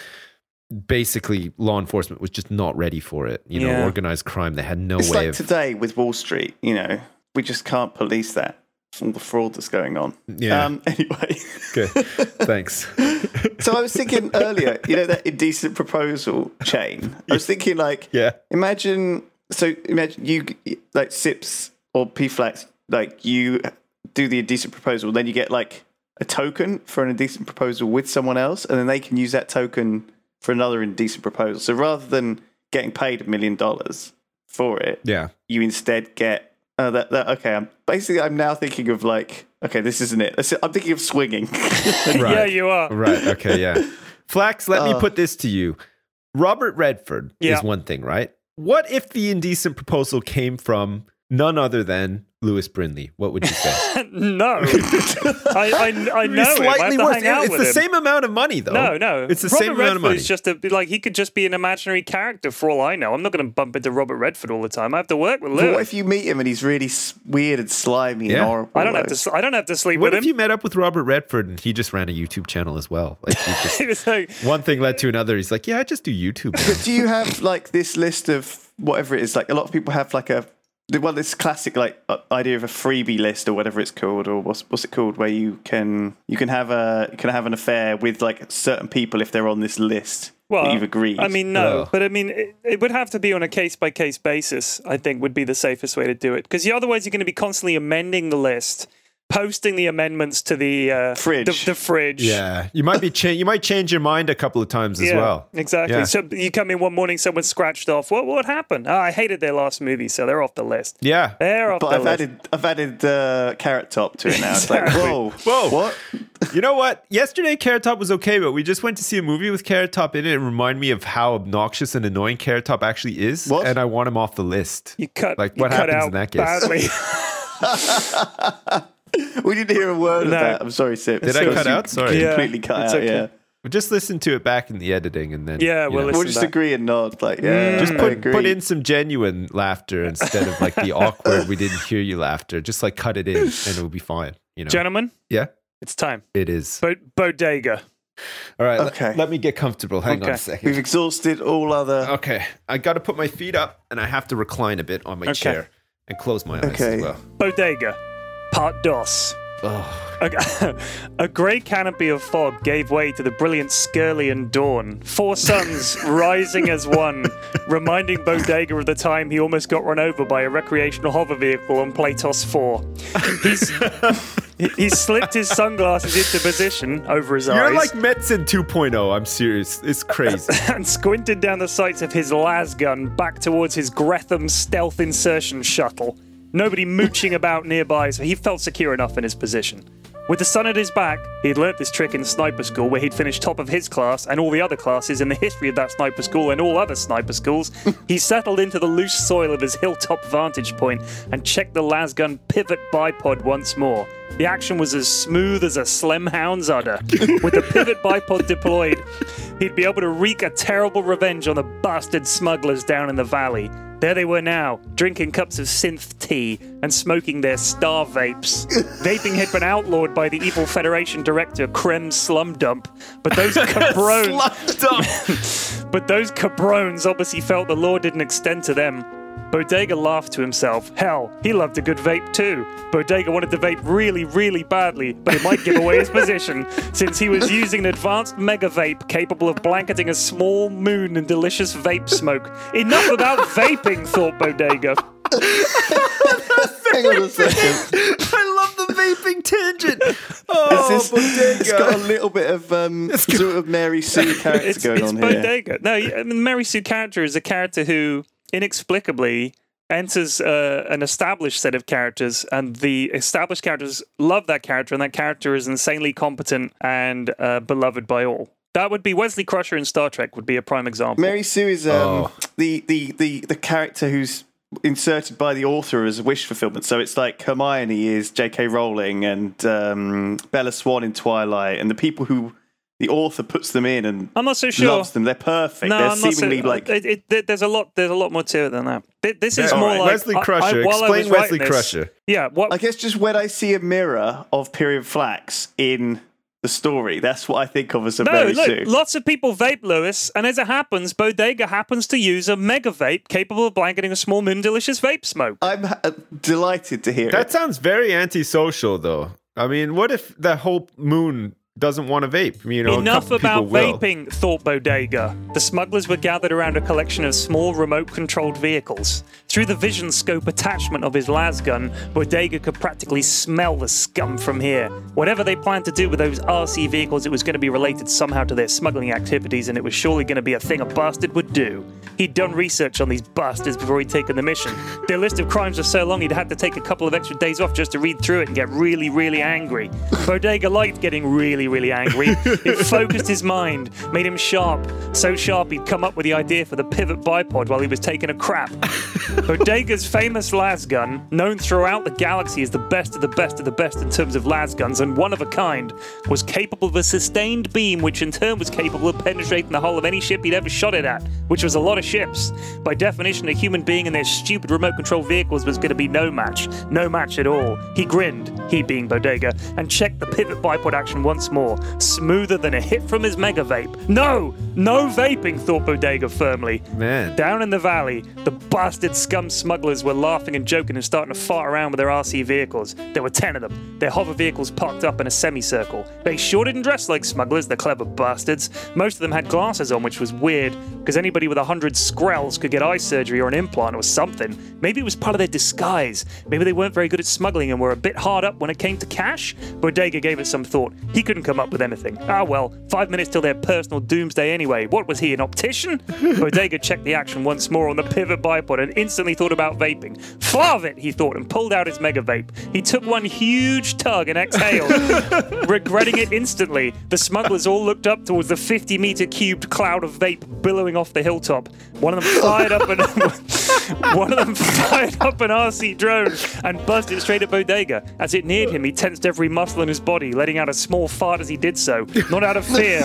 C: basically law enforcement was just not ready for it. You know,
D: Yeah.
C: organized crime. They had no
B: It's
C: way
B: like
C: of
B: today with Wall Street, you know, we just can't police that. All the fraud that's going on.
C: Yeah.
B: Um, anyway,
C: Good. Thanks.
B: so I was thinking earlier, you know, that indecent proposal chain. I was thinking, like,
C: Yeah.
B: Imagine so imagine you like Sips or P Flax, like you do the indecent proposal, then you get like a token for an indecent proposal with someone else, and then they can use that token for another indecent proposal. So rather than getting paid a million dollars for it,
C: Yeah.
B: you instead get uh, that, that okay i'm basically i'm now thinking of like Okay, this isn't it. That's it. I'm thinking of swinging.
D: Yeah,
C: Right.
D: you are.
C: Right. Okay. Yeah. Flax, let me
B: Uh.
C: put this to you. Robert Redford
D: Yeah.
C: is one thing, right? What if the indecent proposal came from none other than Lewis Brindley? What would you say?
D: no. I, I, I
C: It'd be
D: know him. I have to
C: worse.
D: hang out
C: It's
D: with
C: the
D: him.
C: same amount of money, though.
D: No, no.
C: Oh, It's the
D: Robert
C: same amount of
D: Redford
C: money.
D: Is just a, like he could just be an imaginary character for all I know. I'm not going to bump into Robert Redford all the time. I have to work with
B: But what
D: Lewis.
B: if you meet him and he's really s- weird and slimy
C: Yeah.
B: and horrible?
D: I don't have
B: though?
D: to. s- I don't have to sleep
C: What
D: with
C: if
D: him.
C: you met up with Robert Redford and he just ran a YouTube channel as well? Like, he just,
D: He was like,
C: one thing led to another. He's like, yeah, I just do YouTube. now."
B: Do you have like this list of whatever it is? Like a lot of people have like a the- well, this classic like uh, idea of a freebie list or whatever it's called, or what's what's it called, where you can you can have a you can have an affair with like certain people if they're on this list that
D: well,
B: you've agreed.
D: I mean, no,
C: Well.
D: but I mean, it, it would have to be on a case by case basis. I think would be the safest way to do it because otherwise you're going to be constantly amending the list, posting the amendments to the uh,
B: Fridge.
D: The, the fridge.
C: yeah, you might be cha- you might change your mind a couple of times as
D: Yeah,
C: well.
D: Exactly.
C: Yeah.
D: So you come in one morning, someone scratched off. What what happened? Oh, I hated their last movie, so they're off the list.
C: Yeah.
D: They're off
B: but
D: the
B: I've
D: list.
B: added I've added uh, carrot top to it now. It's like
D: Exactly.
B: whoa,
C: Whoa.
B: what?
C: You know what? Yesterday, Carrot Top was okay, but we just went to see a movie with Carrot Top in it and remind me of how obnoxious and annoying Carrot Top actually is.
B: What?
C: And I want him off the list.
D: You cut
C: Like,
D: you
C: what
D: cut
C: happens
D: out
C: in that case?
D: badly.
B: We didn't hear a word of
D: No.
B: that. I'm sorry, Sip.
C: Did I
B: So
C: cut
B: you
C: out? Sorry.
D: Yeah.
B: completely cut
D: it's
B: out.
D: okay.
B: Yeah,
C: But Just listen to it back in the editing and then.
D: Yeah,
C: you
D: well,
C: know.
D: it's-
B: we'll just
D: Listen back. Mm.
B: agree and nod. Like yeah,
C: just
B: I
C: put,
B: agree.
C: put in some genuine laughter instead of like the awkward, we didn't hear you laughter. Just like cut it in and it'll be fine. You know?
D: Gentlemen,
C: yeah,
D: it's time.
C: it is.
D: Bo- bodega.
C: All right. let-
B: Okay.
C: Let, me get comfortable. Hang on
D: Okay.
C: a second.
B: We've exhausted all other.
C: Okay. I got to put my feet up and I have to recline a bit on my
D: Okay.
C: chair and close my eyes
B: Okay.
C: as well.
D: Bodega. Part dos.
C: Oh.
D: A, a grey canopy of fog gave way to the brilliant Skirlian dawn. Four suns rising as one, reminding Bodega of the time he almost got run over by a recreational hover vehicle on Platos 4. He's, he, he slipped his sunglasses into position over his
C: You're like
D: eyes
C: Metzen 2.0. I'm serious. It's crazy.
D: and squinted down the sights of his lasgun back towards his Gretham stealth insertion shuttle. Nobody mooching about nearby, so he felt secure enough in his position. With the sun at his back, he'd learnt this trick in sniper school where he'd finished top of his class and all the other classes in the history of that sniper school and all other sniper schools. he settled into the loose soil of his hilltop vantage point and checked the lasgun pivot bipod once more. The action was as smooth as a slim hound's udder. With the pivot bipod deployed, he'd be able to wreak a terrible revenge on the bastard smugglers down in the valley. There they were now, drinking cups of synth tea and smoking their star vapes. Vaping had been outlawed by the evil Federation director Krem Slumdump, but those cabrones but those cabrones obviously felt the law didn't extend to them. Bodega laughed to himself. Hell, he loved a good vape too. Bodega wanted to vape really, really badly, but it might give away his position, since he was using an advanced mega vape capable of blanketing a small moon in delicious vape smoke. Enough about vaping, thought Bodega.
B: Hang on a second.
C: I love the vaping tangent. Oh,
B: This is- it's got a little bit of um,
C: go-
B: sort of Mary Sue character
D: It's,
B: going
D: it's
B: on here.
D: Bodega. No, I mean, Mary Sue character is a character who inexplicably enters uh, an established set of characters, and the established characters love that character, and that character is insanely competent and uh, beloved by all. That would be Wesley Crusher in Star Trek would be a prime example.
B: Mary Sue is um,
C: Oh.
B: the, the the the character who's inserted by the author as a wish fulfillment. So it's like Hermione is J.K. Rowling and um, Bella Swan in Twilight, and the people who the author puts them in and
D: I'm not so sure.
B: loves them. They're perfect.
D: No,
B: They're
D: I'm not so,
B: seemingly like
D: it, it, there- there's a lot. There's a lot more to it than that. Th- This is
C: Yeah,
D: more
C: alright.
D: like
C: Wesley
D: I- I-
C: Crusher.
D: while I was
C: Explain Wesley
D: writing this-
C: Crusher.
D: Yeah, what
B: I guess just when I see a mirror of Period Flax in the story, that's what I think of as a
D: No,
B: Mary
D: look,
B: Sue.
D: lots of people vape, Lewis, and as it happens, Bodega happens to use a mega vape capable of blanketing a small moon delicious vape smoke.
B: I'm ha- delighted to hear it.
C: that sounds very antisocial, though. I mean, what if the whole moon doesn't want to vape. You know, a
D: Enough
C: couple Oh, people
D: about
C: will.
D: vaping, thought Bodega. The smugglers were gathered around a collection of small remote controlled vehicles. Through the vision scope attachment of his lasgun, Bodega could practically smell the scum from here. Whatever they planned to do with those RC vehicles, it was going to be related somehow to their smuggling activities, and it was surely going to be a thing a bastard would do. He'd done research on these bastards before he'd taken the mission. Their list of crimes was so long he'd had to take a couple of extra days off just to read through it and get really, really angry. Bodega liked getting really, really angry. It focused his mind, made him sharp, so sharp he'd come up with the idea for the pivot bipod while he was taking a crap. Bodega's famous lasgun, known throughout the galaxy as the best of the best of the best in terms of lasguns and one of a kind, was capable of a sustained beam, which in turn was capable of penetrating the hull of any ship he'd ever shot it at, which was a lot of ships. By definition, a human being and their stupid remote control vehicles was going to be no match, no match at all. He grinned, he being Bodega, and checked the pivot bipod action once more, smoother than a hit from his mega vape. No, no vaping, thought Bodega firmly.
C: Man.
D: Down in the valley, the bastard scum smugglers were laughing and joking and starting to fart around with their RC vehicles. There were 10 of them, their hover vehicles parked up in a semicircle. They sure didn't dress like smugglers, the clever bastards. Most of them had glasses on, which was weird, because anybody with 100 skrells could get eye surgery or an implant or something. Maybe it was part of their disguise. Maybe they weren't very good at smuggling and were a bit hard up when it came to cash? Bodega gave it some thought. He couldn't come up with anything. Ah, well, five minutes till their personal doomsday anyway. What was he, an optician? Bodega checked the action once more on the pivot bipod and instantly thought about vaping. Farve it, he thought, and pulled out his mega vape. He took one huge tug and exhaled, regretting it instantly. The smugglers all looked up towards the 50 meter cubed cloud of vape billowing off the hilltop. One of them fired up and one of them fired up an RC drone and buzzed it straight at Bodega. As it neared him, he tensed every muscle in his body, letting out a small fart as he did so, not out of fear,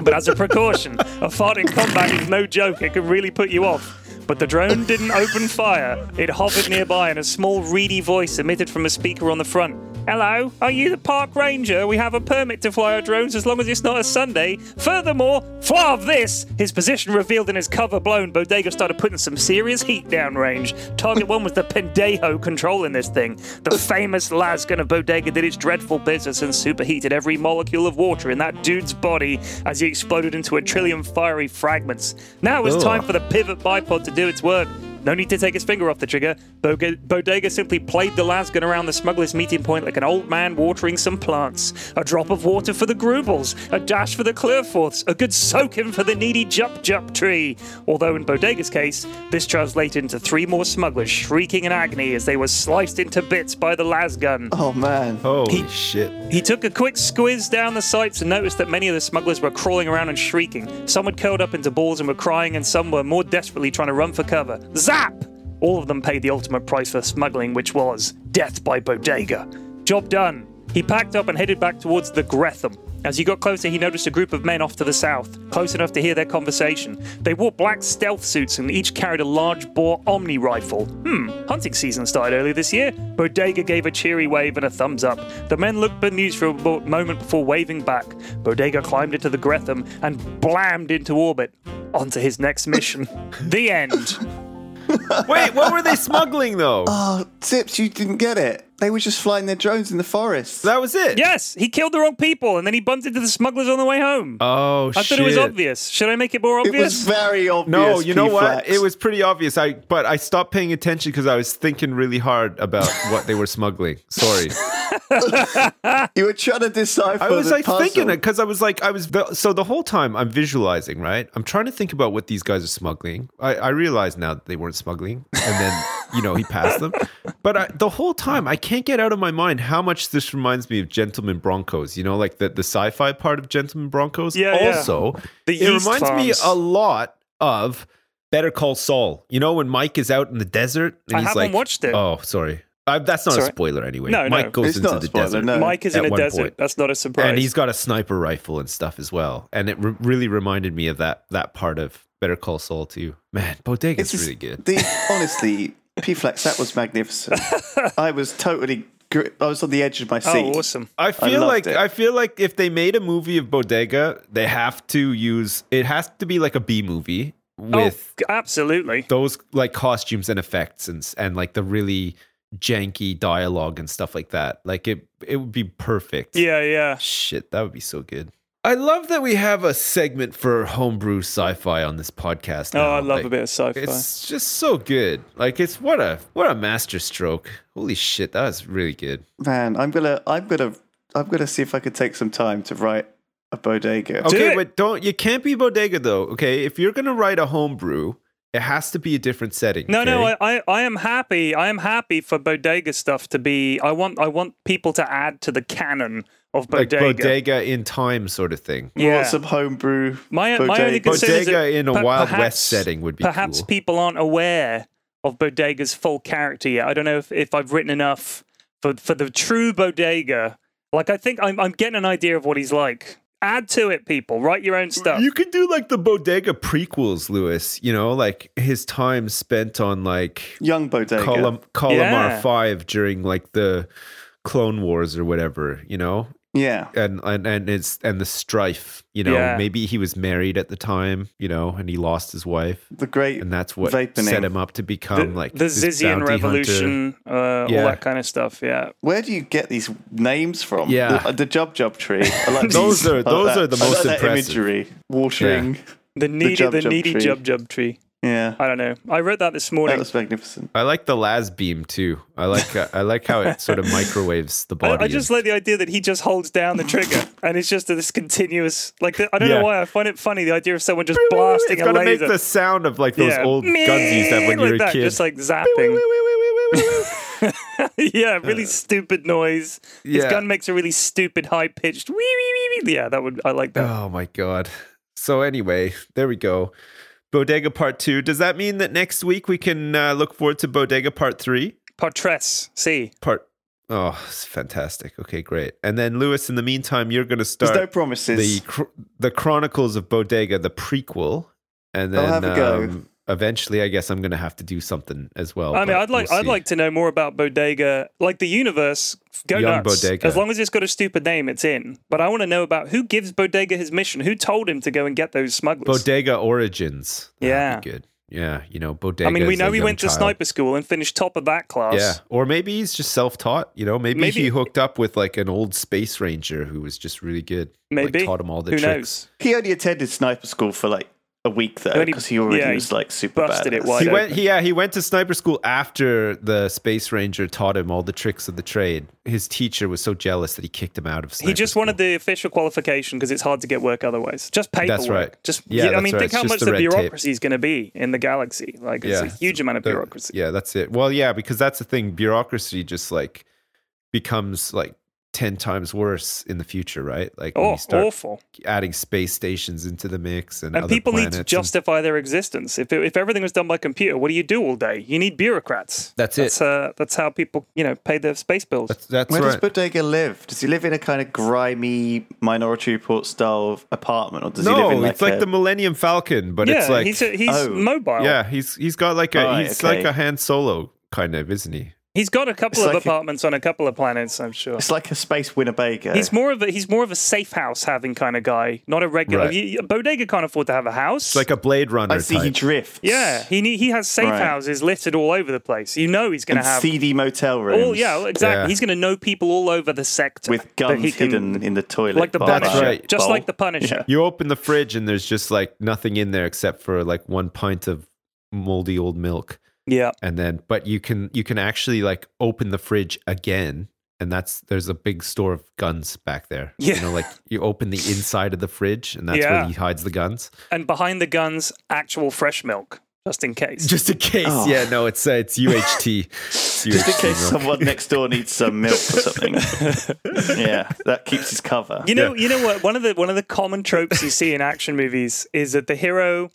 D: but as a precaution. A fart in combat is no joke; it can really put you off. But the drone didn't open fire. It hovered nearby, and a small, reedy voice emitted from a speaker on the front. Hello, are you the park ranger? We have a permit to fly our drones as long as it's not a Sunday. Furthermore, flav this! His position revealed and his cover blown, Bodega started putting some serious heat down range. Target one was the Pendejo controlling this thing. The famous Lasgun of Bodega did its dreadful business and superheated every molecule of water in that dude's body as he exploded into a trillion fiery fragments. Now it was
C: Ugh.
D: time for the pivot bipod to do its work. No need to take his finger off the trigger. Boga- Bodega simply played the lasgun around the smuggler's meeting point like an old man watering some plants. A drop of water for the Grubels, a dash for the Clearforths, a good soaking for the needy Jup Jup tree. Although in Bodega's case, this translated into three more smugglers shrieking in agony as they were sliced into bits by the lasgun.
B: Oh man.
C: Holy shit.
D: He took a quick squiz down the sights and noticed that many of the smugglers were crawling around and shrieking. Some had curled up into balls and were crying, and some were more desperately trying to run for cover. Zap! All of them paid the ultimate price for smuggling, which was death by bodega. Job done. He packed up and headed back towards the Gretham. As he got closer, he noticed a group of men off to the south, close enough to hear their conversation. They wore black stealth suits and each carried a large bore omni rifle. Hmm, hunting season started earlier this year. Bodega gave a cheery wave and a thumbs up. The men looked bemused for a mo- moment before waving back. Bodega climbed into the Gretham and blammed into orbit. Onto his next mission. the end.
C: Wait, what were they smuggling though?
B: Oh, tips, you didn't get it. They were just flying their drones in the forest.
C: that was it.
D: Yes, he killed the wrong people and then he bumped into the smugglers on the way home.
C: Oh shit.
D: I thought it was obvious. Should I make it more
B: It
D: obvious?
B: was very obvious.
C: No, you know what?
B: P-Flex.
C: It was pretty obvious. I but I stopped paying attention because I was thinking really hard about what they were smuggling. Sorry,
B: You were trying to decipher.
C: I was
B: the
C: like
B: puzzle.
C: thinking it because I was like I was the, so the whole time I'm visualizing. Right, I'm trying to think about what these guys are smuggling. I, I realize now that they weren't smuggling, and then you know he passed them. But I, the whole time I can't get out of my mind how much this reminds me of Gentleman Broncos. You know, like the the sci-fi part of Gentleman Broncos.
D: Yeah, yeah.
C: Also,
D: The
C: it
D: yeast
C: reminds me
D: farms.
C: a lot of Better Call Saul. You know when Mike is out in the desert and
D: I
C: he's
D: haven't
C: like,
D: watched it.
C: "Oh, sorry, I, that's not
D: It's all
C: a
D: right.
C: spoiler anyway."
D: No, no.
C: Mike goes
B: It's
C: into
B: not a
C: the
B: spoiler,
C: desert,
B: no.
D: Mike is
C: at
D: in a
C: one
D: desert.
C: point.
D: That's not a surprise.
C: and he's got a sniper rifle and stuff as well. And it re- really reminded me of that that part of Better Call Saul too. Man, Bodega's
B: just-
C: really good.
B: The, honestly, P Flex, that was magnificent. I was totally. Gr- I was on the edge of my
D: oh,
B: seat.
D: awesome.
C: I feel
B: loved
C: like
B: it.
C: I feel like if they made a movie of Bodega, they have to use it has to be like a B movie with
D: oh, g- absolutely.
C: those like costumes and effects and and like the really janky dialogue and stuff like that. Like it it would be perfect.
D: Yeah, yeah.
C: Shit, that would be so good. I love that we have a segment for homebrew sci-fi on this podcast.
D: Oh,
C: now.
D: I love
C: Like,
D: a bit of sci-fi.
C: It's just so good. Like it's what a what a masterstroke. Holy shit, that was really good.
B: Man, I'm gonna, I'm gonna, I'm gonna see if I could take some time to write a bodega.
D: Do
C: Okay,
D: it.
C: but don't you can't be bodega though. Okay, if you're gonna write a homebrew, it has to be a different setting.
D: No, no,
C: okay?
D: I, I, I am happy. I am happy for bodega stuff to be. I want, I want people to add to the canon of
C: like
D: bodega.
C: bodega in time sort of thing.
B: Yeah.
D: Yeah.
B: some homebrew.
D: My, my
B: bodega.
D: only concern is that
C: Bodega in a
D: per-
C: Wild
D: perhaps-
C: West setting would be
D: Perhaps
C: cool.
D: people aren't aware of bodega's full character yet. I don't know if, if I've written enough for for the true bodega. Like, I think I'm, I'm getting an idea of what he's like. Add to it, people. Write your own stuff.
C: You could do like the bodega prequels, Lewis. You know, like his time spent on like
B: young bodega.
C: Colum- Columnar
D: Yeah.
C: Five during like the Clone Wars or whatever. You know,
B: Yeah,
C: and and and it's and the strife. You know,
D: Yeah.
C: maybe he was married at the time. You know, and he lost his wife,
B: the great.
C: and that's what
B: Vapening.
C: set him up to
D: the,
C: become like
D: the
C: this bounty
D: Zizian
C: hunter.
D: Revolution, uh, all
C: Yeah.
D: that kind of stuff. Yeah.
B: Where do you get these names from?
C: Yeah.
B: the, the Jub Jub tree. I like
C: Those
B: these.
C: are-
B: I like
C: those
B: that.
C: are the
B: I like
C: most
B: that
C: impressive.
B: imagery. Watering.
D: The needy, the,
B: Jub Jub
D: needy
B: tree.
D: Jub Jub tree.
B: Yeah,
D: I don't know. I wrote that this morning.
B: that was magnificent.
C: I like the las beam too. I like uh, I like how it sort of microwaves the
D: I,
C: body.
D: I just
C: and-
D: like the idea that he just holds down the trigger and it's just this continuous like I don't
C: Yeah.
D: know why I find it funny the idea of someone just blasting
C: it's
D: a
C: gonna
D: laser.
C: make the sound of like those
D: Yeah.
C: old guns you used to have when
D: Like
C: you were a
D: that,
C: kid.
D: just like zapping. yeah, really stupid noise. His
C: yeah.
D: gun makes a really stupid high pitched wee wee wee wee. Yeah, that would I like that.
C: Oh my god. So anyway, there we go. Bodega Part Two. Does that mean that next week we can uh, look forward to Bodega Part Three?
D: Partres, see.
C: Part. Oh, it's fantastic. Okay, great. And then Lewis, in the meantime, you're going to
B: There's no
C: start the
B: promises.
C: cr- the Chronicles of Bodega, the prequel, and then
B: I'll have a go.
C: um, eventually, I guess I'm going to have to do something as well.
D: I mean,
C: but
D: I'd like
C: we'll
D: I'd
C: see.
D: like to know more about Bodega, like the universe. Go
C: Young
D: nuts.
C: Bodega.
D: As long as it's got a stupid name, it's in. But I want to know about who gives Bodega his mission. Who told him to go and get those smugglers?
C: Bodega Origins. That'd be
D: Yeah.
C: good. Yeah, you know, Bodega.
D: I mean, we
C: is a
D: know he
C: young
D: went to
C: child.
D: sniper school and finished top of that class.
C: Yeah, or maybe he's just self-taught. You know, maybe,
D: Maybe-
C: he hooked up with like an old space ranger who was just really good.
D: Maybe.
C: like, taught him all the
D: Who
C: tricks.
B: he only attended sniper school for like a week though,
D: Only-
B: because he already
D: yeah, he
B: was like super
D: busted it
B: badass.
D: wide
C: He
D: Wide
C: went. He, yeah, he went to sniper school after the space ranger taught him all the tricks of the trade. His teacher was so jealous that he kicked him out of.
D: knows? He
C: sniper
D: just
C: school.
D: wanted the official qualification because it's hard to get work otherwise. Just paperwork.
C: That's right.
D: Just
C: Yeah,
D: yeah, I
C: that's
D: mean,
C: right.
D: think
C: It's
D: how
C: just
D: much
C: the
D: the
C: red tape.
D: bureaucracy is going to be in the galaxy. Like, it's
C: Yeah.
D: a huge amount of
C: The-
D: bureaucracy.
C: Yeah, that's it. Well, yeah, because that's the thing. Bureaucracy just like becomes like ten times worse in the future, right? Like when
D: Oh,
C: you start
D: awful.
C: adding space stations into the mix, and,
D: And
C: other
D: people need
C: planets
D: to
C: and-
D: justify their existence. If, if everything was done by computer, what do you do all day? You need bureaucrats.
C: That's it.
D: That's, uh, that's how people, you know, pay their space bills.
C: That's, that's
B: Where
C: right.
B: does Bodega live? Does he live in a kind of grimy minority report style of apartment, or does he
C: no,
B: live in like
C: it's like
B: a-
C: the Millennium Falcon, but
D: yeah,
C: it's like
D: he's, a, he's
B: oh.
D: mobile.
C: yeah, he's he's got like a
B: Right,
C: he's like
B: Oh, okay.
C: a Han Solo kind of, isn't he?
D: He's got a
B: It's
D: couple of
B: like a-
D: apartments on a couple of planets, I'm sure.
B: It's like a space Winnebago.
D: He's more of a he's more of a safe house having kind of guy, not a regular.
C: Right.
D: He, a bodega can't afford to have a house.
C: It's like a Blade Runner.
B: I see he
C: type.
B: drifts.
D: yeah, he need, he has safe
B: Right.
D: houses littered all over the place. You know he's going
B: and
D: to have
B: seedy motel rooms.
D: all yeah exactly.
C: Yeah.
D: He's going to know people all over the sector
B: with
D: that
B: guns
D: he can-
B: hidden in the toilet.
D: like the
B: bar-
D: Punisher,
C: right.
D: just
B: bowl.
D: like the Punisher.
C: you open the fridge and there's just like nothing in there except for like one pint of moldy old milk.
D: Yeah,
C: and then but you can you can actually like open the fridge again and that's there's a big store of guns back there
D: Yeah.
C: you know like you open the inside of the fridge and that's
D: Yeah.
C: where he hides the guns
D: and behind the guns, actual fresh milk, just in case.
C: just in case
B: Oh.
C: yeah no it's uh, it's uht It's
B: Just in
C: UHT
B: case
C: milk.
B: someone next door needs some milk or something. yeah, that keeps his cover.
D: You know, you know what? One of the one of the common tropes you see in action movies is that the hero,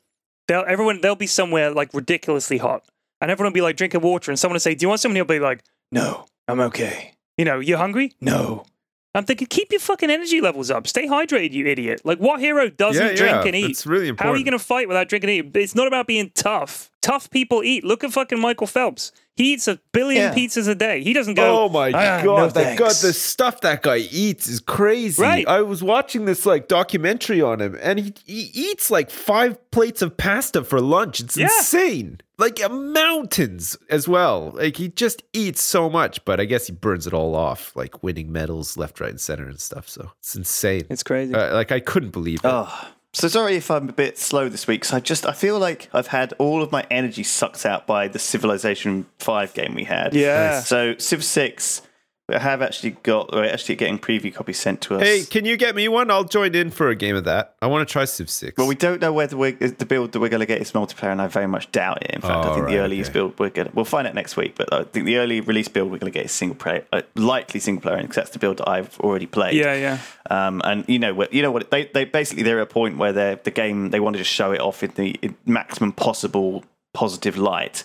D: they'll everyone they'll be somewhere like ridiculously hot, and everyone will be like drinking water, and someone will say, "Do you want something?" He'll be like, "No, I'm okay." You know, you hungry? No. I'm thinking, keep your fucking energy levels up. Stay hydrated, you idiot. Like, what hero doesn't
C: yeah,
D: drink
C: yeah,
D: and eat?
C: it's really important
D: How are you going to fight without drinking and eating? It's not about being tough. Tough people eat. Look at fucking Michael Phelps. He eats a billion
B: Yeah.
D: pizzas a day. He doesn't go.
C: Oh my
D: "Ah,
C: god!
D: no
C: that god,
D: thanks."
C: the stuff that guy eats is crazy.
D: Right.
C: I was watching this like documentary on him, and he, he eats like five plates of pasta for lunch. It's
D: Yeah.
C: insane. like uh, mountains as well. Like he just eats so much, but I guess he burns it all off, like winning medals left, right, and center and stuff. So it's insane.
D: It's crazy.
C: Uh, like I couldn't believe it.
B: Oh, so sorry if I'm a bit slow this week. 'cause I just I feel like I've had all of my energy sucked out by the Civilization Five game we had.
D: Yeah. Nice.
B: So Civ Six, I have actually got. We're actually getting preview copies sent to us.
C: Hey, can you get me one? I'll join in for a game of that. I want to try Civ Six.
B: Well, we don't know whether we're, the build that we're going to get is multiplayer, and I very much doubt it. In fact, I
C: Oh,
B: think
C: right,
B: the earliest
C: okay.
B: build we're going to, we'll find out next week, but I think the early release build we're going to get is single player, uh, likely single player, because that's the build that I've already played.
D: yeah, yeah.
B: Um, and you know what? You know what? They, they basically they're at a point where they the game they want to just show it off in the in maximum possible positive light.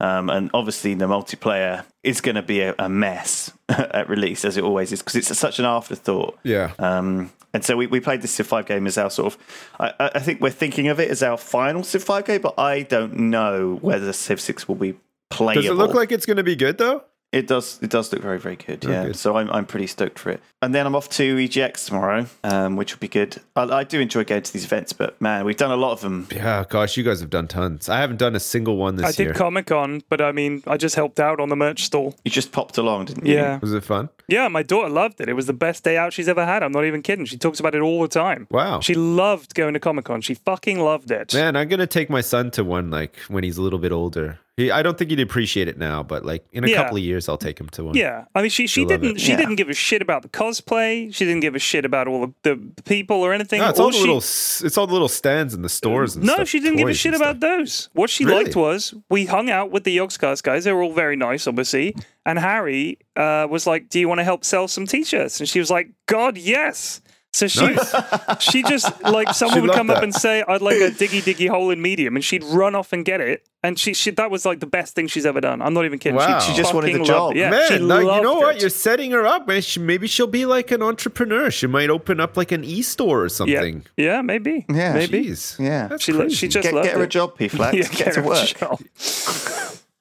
B: Um, and obviously, the multiplayer is going to be a, a mess at release, as it always is, because it's such an afterthought.
C: yeah.
B: Um, and so we, we played this Civ 5 game as our sort of, I, I I think we're thinking of it as our final Civ 5 game, but I don't know whether Civ 6 will be playable.
C: Does it look like it's going to be good though?
B: It does. It does look very, very good. Yeah.
C: good.
B: So I'm, I'm pretty stoked for it. And then I'm off to EGX tomorrow, um, which will be good. I, I do enjoy going to these events, but man, we've done a lot of them.
C: Yeah, gosh, you guys have done tons. I haven't done a single one this
D: I
C: year.
D: did Comic Con, but I mean, I just helped out on the merch stall.
B: You just popped along,
C: Mm-hmm.
B: didn't you?
D: Yeah.
C: Was it fun?
D: Yeah, my daughter loved it. It was the best day out she's ever had. I'm not even kidding. She talks about it all the time.
C: Wow.
D: She loved going to Comic Con. She fucking loved it.
C: Man, I'm gonna take my son to one like when he's a little bit older. He, I don't think he'd appreciate it now, but like in a
D: Yeah.
C: couple of years, I'll take him to one.
D: Yeah, I mean, she she
C: She'll love
D: didn't
C: it.
D: she
B: Yeah.
D: didn't give a shit about the cosplay. She didn't give a shit about all of the people or anything.
C: No, it's all, the
D: Oh, she,
C: little. s- It's all the little stands in the stores and
D: no,
C: stuff.
D: she didn't give a
C: toys
D: shit
C: and
D: about
C: stuff.
D: those. What she
C: Really?
D: liked was we hung out with the Yogscast guys. They were all very nice, obviously. And Harry uh, was like, "Do you want to help sell some t-shirts?" And she was like, "God, yes." So she she just like someone
C: She
D: would
C: loved
D: come up
C: that.
D: and say, "I'd like a diggy diggy hole in medium," and she'd run off and get it. And she, she that was like the best thing she's ever done. I'm not even kidding.
C: Wow.
D: She,
C: She
B: just wanted
D: fucking
B: the job.
D: loved it. Yeah, she
C: Man, like, you
D: loved
C: know what?
D: it.
C: You're setting her up, man. She, maybe she'll be like an entrepreneur. She might open up like an e-store or
D: yeah,
C: something.
D: yeah, maybe.
B: Yeah.
D: maybe.
C: Jeez.
B: Yeah.
C: That's
D: She lo- she
C: crazy.
D: just
B: Get,
D: loved
B: get her
D: it.
B: a job, P Flax.
D: Yeah,
B: get, her to
D: a
B: work.
D: job.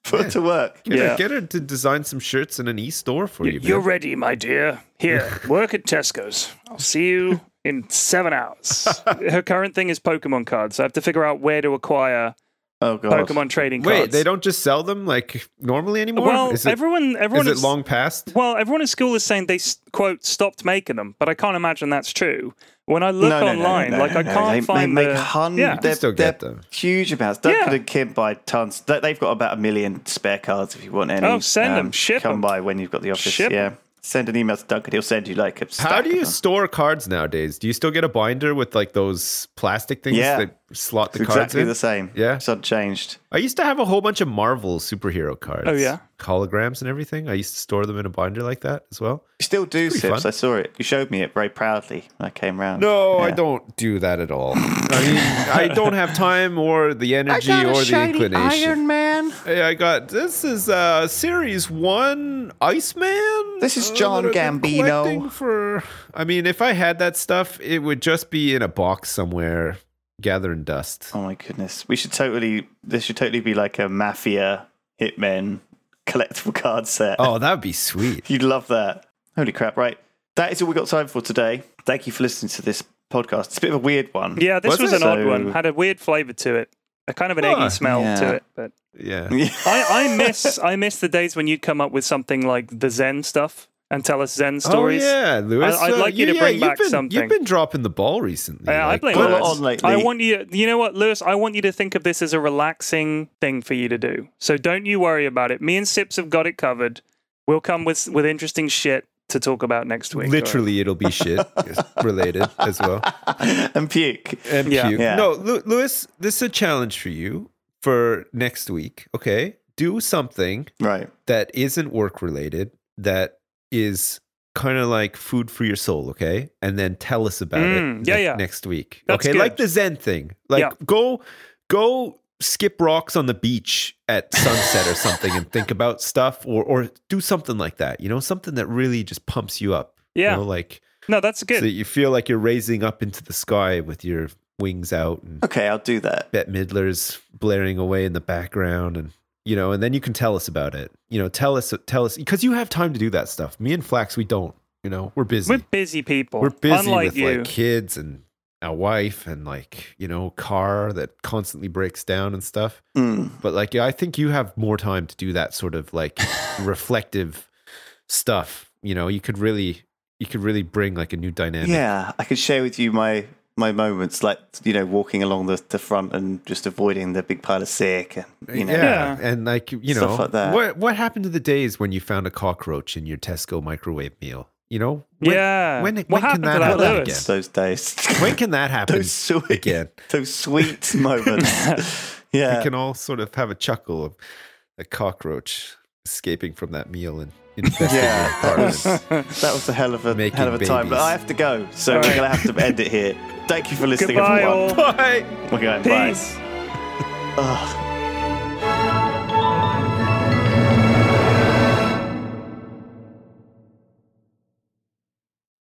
B: Put her to work.
C: Get, her-
D: yeah.
C: get her to design some shirts in an e-store for you.
D: You're
C: man.
D: ready, my dear. Here, work at Tesco's. I'll see you in seven hours. Her current thing is Pokemon cards. I have to figure out where to acquire
B: Oh, God.
D: Pokemon trading cards.
C: Wait, they don't just sell them like normally anymore?
D: Well,
C: is it,
D: everyone, everyone
C: is it
D: is-
C: long past?
D: Well, everyone in school is saying they s- quote stopped making them, but I can't imagine that's true. When I
B: No,
D: look
B: no, no, no,
D: online,
B: no,
D: like
B: no,
D: I
B: no.
D: can't
B: they,
D: find
B: They
D: the
B: make hundreds.
D: yeah.
B: They're,
C: still get
B: they're
C: them.
B: Huge amounts. Duncan
D: Yeah.
B: and Kim buy tons. They- They've got about a million spare cards if you want any. Um,
D: Oh, send 'em. Ship
B: Come
D: 'em.
B: by when you've got the office.
D: Ship 'em.
B: yeah. Send an email to Duncan. He'll send you like a.
C: How
B: stack
C: do
B: of
C: you
B: them.
C: store cards nowadays? Do you still get a binder with like those plastic things
B: Yeah.
C: that slot the
B: It's
C: cards
B: exactly
C: in?
B: the same.
C: Yeah.
B: It's unchanged.
C: I used to have a whole bunch of Marvel superhero cards.
D: Oh, yeah?
C: holograms and everything. I used to store them in a binder like that as well.
B: You still do,
C: pretty
B: Sips.
C: fun.
B: I saw it. You showed me it very proudly when I came round.
C: No, I
B: Yeah.
C: don't do that at all. I mean, I don't have time or the energy or the inclination.
B: Man.
C: Hey, I got this is uh series one Iceman.
B: This is
C: uh,
B: John
C: that I've been
B: Gambino.
C: collecting For I mean, if I had that stuff, it would just be in a box somewhere gathering dust.
B: Oh my goodness. We should totally. This should totally be like a mafia hitmen collectible card set.
C: Oh, that'd be sweet.
B: You'd love that. Holy crap! Right. That is all we got time for today. Thank you for listening to this podcast. It's a bit of a weird one.
D: Yeah, this
C: Was
D: was,
C: it?
D: an odd
B: So-
D: one. Had a weird flavor to it. A kind of an
C: Huh.
D: eggy smell
B: Yeah.
D: to it, but
C: Yeah.
D: I, I miss I miss the days when you'd come up with something like the Zen stuff and tell us Zen stories.
C: Oh yeah, Lewis.
D: I- I'd like you to bring
C: you've
D: back
C: been,
D: something.
C: You've been dropping the ball recently.
D: Yeah, I
C: like,
D: blame
B: put it
D: Lewis.
B: on lately.
D: I want you, you know what, Lewis? I want you to think of this as a relaxing thing for you to do. So don't you worry about it. Me and Sips have got it covered. We'll come with with interesting shit to talk about next week.
C: Literally, it'll be shit related as well.
B: and puke.
C: And
D: Yeah.
C: puke.
B: Yeah.
C: No, Lu- Lewis, this is a challenge for you for next week. Okay, do something
B: Right.
C: that isn't work related that is kind of like food for your soul okay and then tell us about
D: Mm,
C: it
D: yeah,
C: ne-
D: yeah.
C: next week
D: That's
C: okay
D: good.
C: like the zen thing like
D: Yeah.
C: go go skip rocks on the beach at sunset or something and think about stuff or or do something like that you know something that really just pumps you up
D: Yeah.
C: you know, like
D: No, that's
C: so
D: good.
C: that you feel like you're raising up into the sky with your wings out and
B: Okay, I'll do that.
C: Bette Midler's blaring away in the background, and you know, and then you can tell us about it. You know, tell us, tell us, because you have time to do that stuff. Me and Flax, we don't. You know, we're busy.
D: We're
C: We're,
D: busy people.
C: busy
D: Unlike
C: with
D: you.
C: like kids and a wife and like you know car that constantly breaks down and stuff
B: Mm.
C: but like yeah, i think you have more time to do that sort of like reflective stuff you know you could really you could really bring like a new dynamic
B: Yeah, I could share with you my my moments, like you know, walking along the, the front and just avoiding the big pile of sick, and you know,
C: yeah.
D: Yeah.
C: and like you know
B: Stuff like that.
C: what what happened to the days when you found a cockroach in your tesco microwave meal you know when,
D: Yeah.
C: when,
D: What
C: when can
D: happened to
C: that
D: that,
C: happen again
D: Lewis?
B: those days,
C: when can that happen
B: those sweet,
C: again
B: those sweet moments. yeah,
C: we can all sort of have a chuckle of a cockroach escaping from that meal and infesting
B: Yeah,
C: your apartment.
B: That was a hell of a
C: Making
B: hell of a time, but
C: babies.
B: I have to go, so
D: All
B: we're
D: right.
B: gonna have to end it here. Thank you for listening,
D: Goodbye,
B: everyone.
D: all.
C: Bye.
B: We're going.
D: Peace.
B: Bye. Ugh.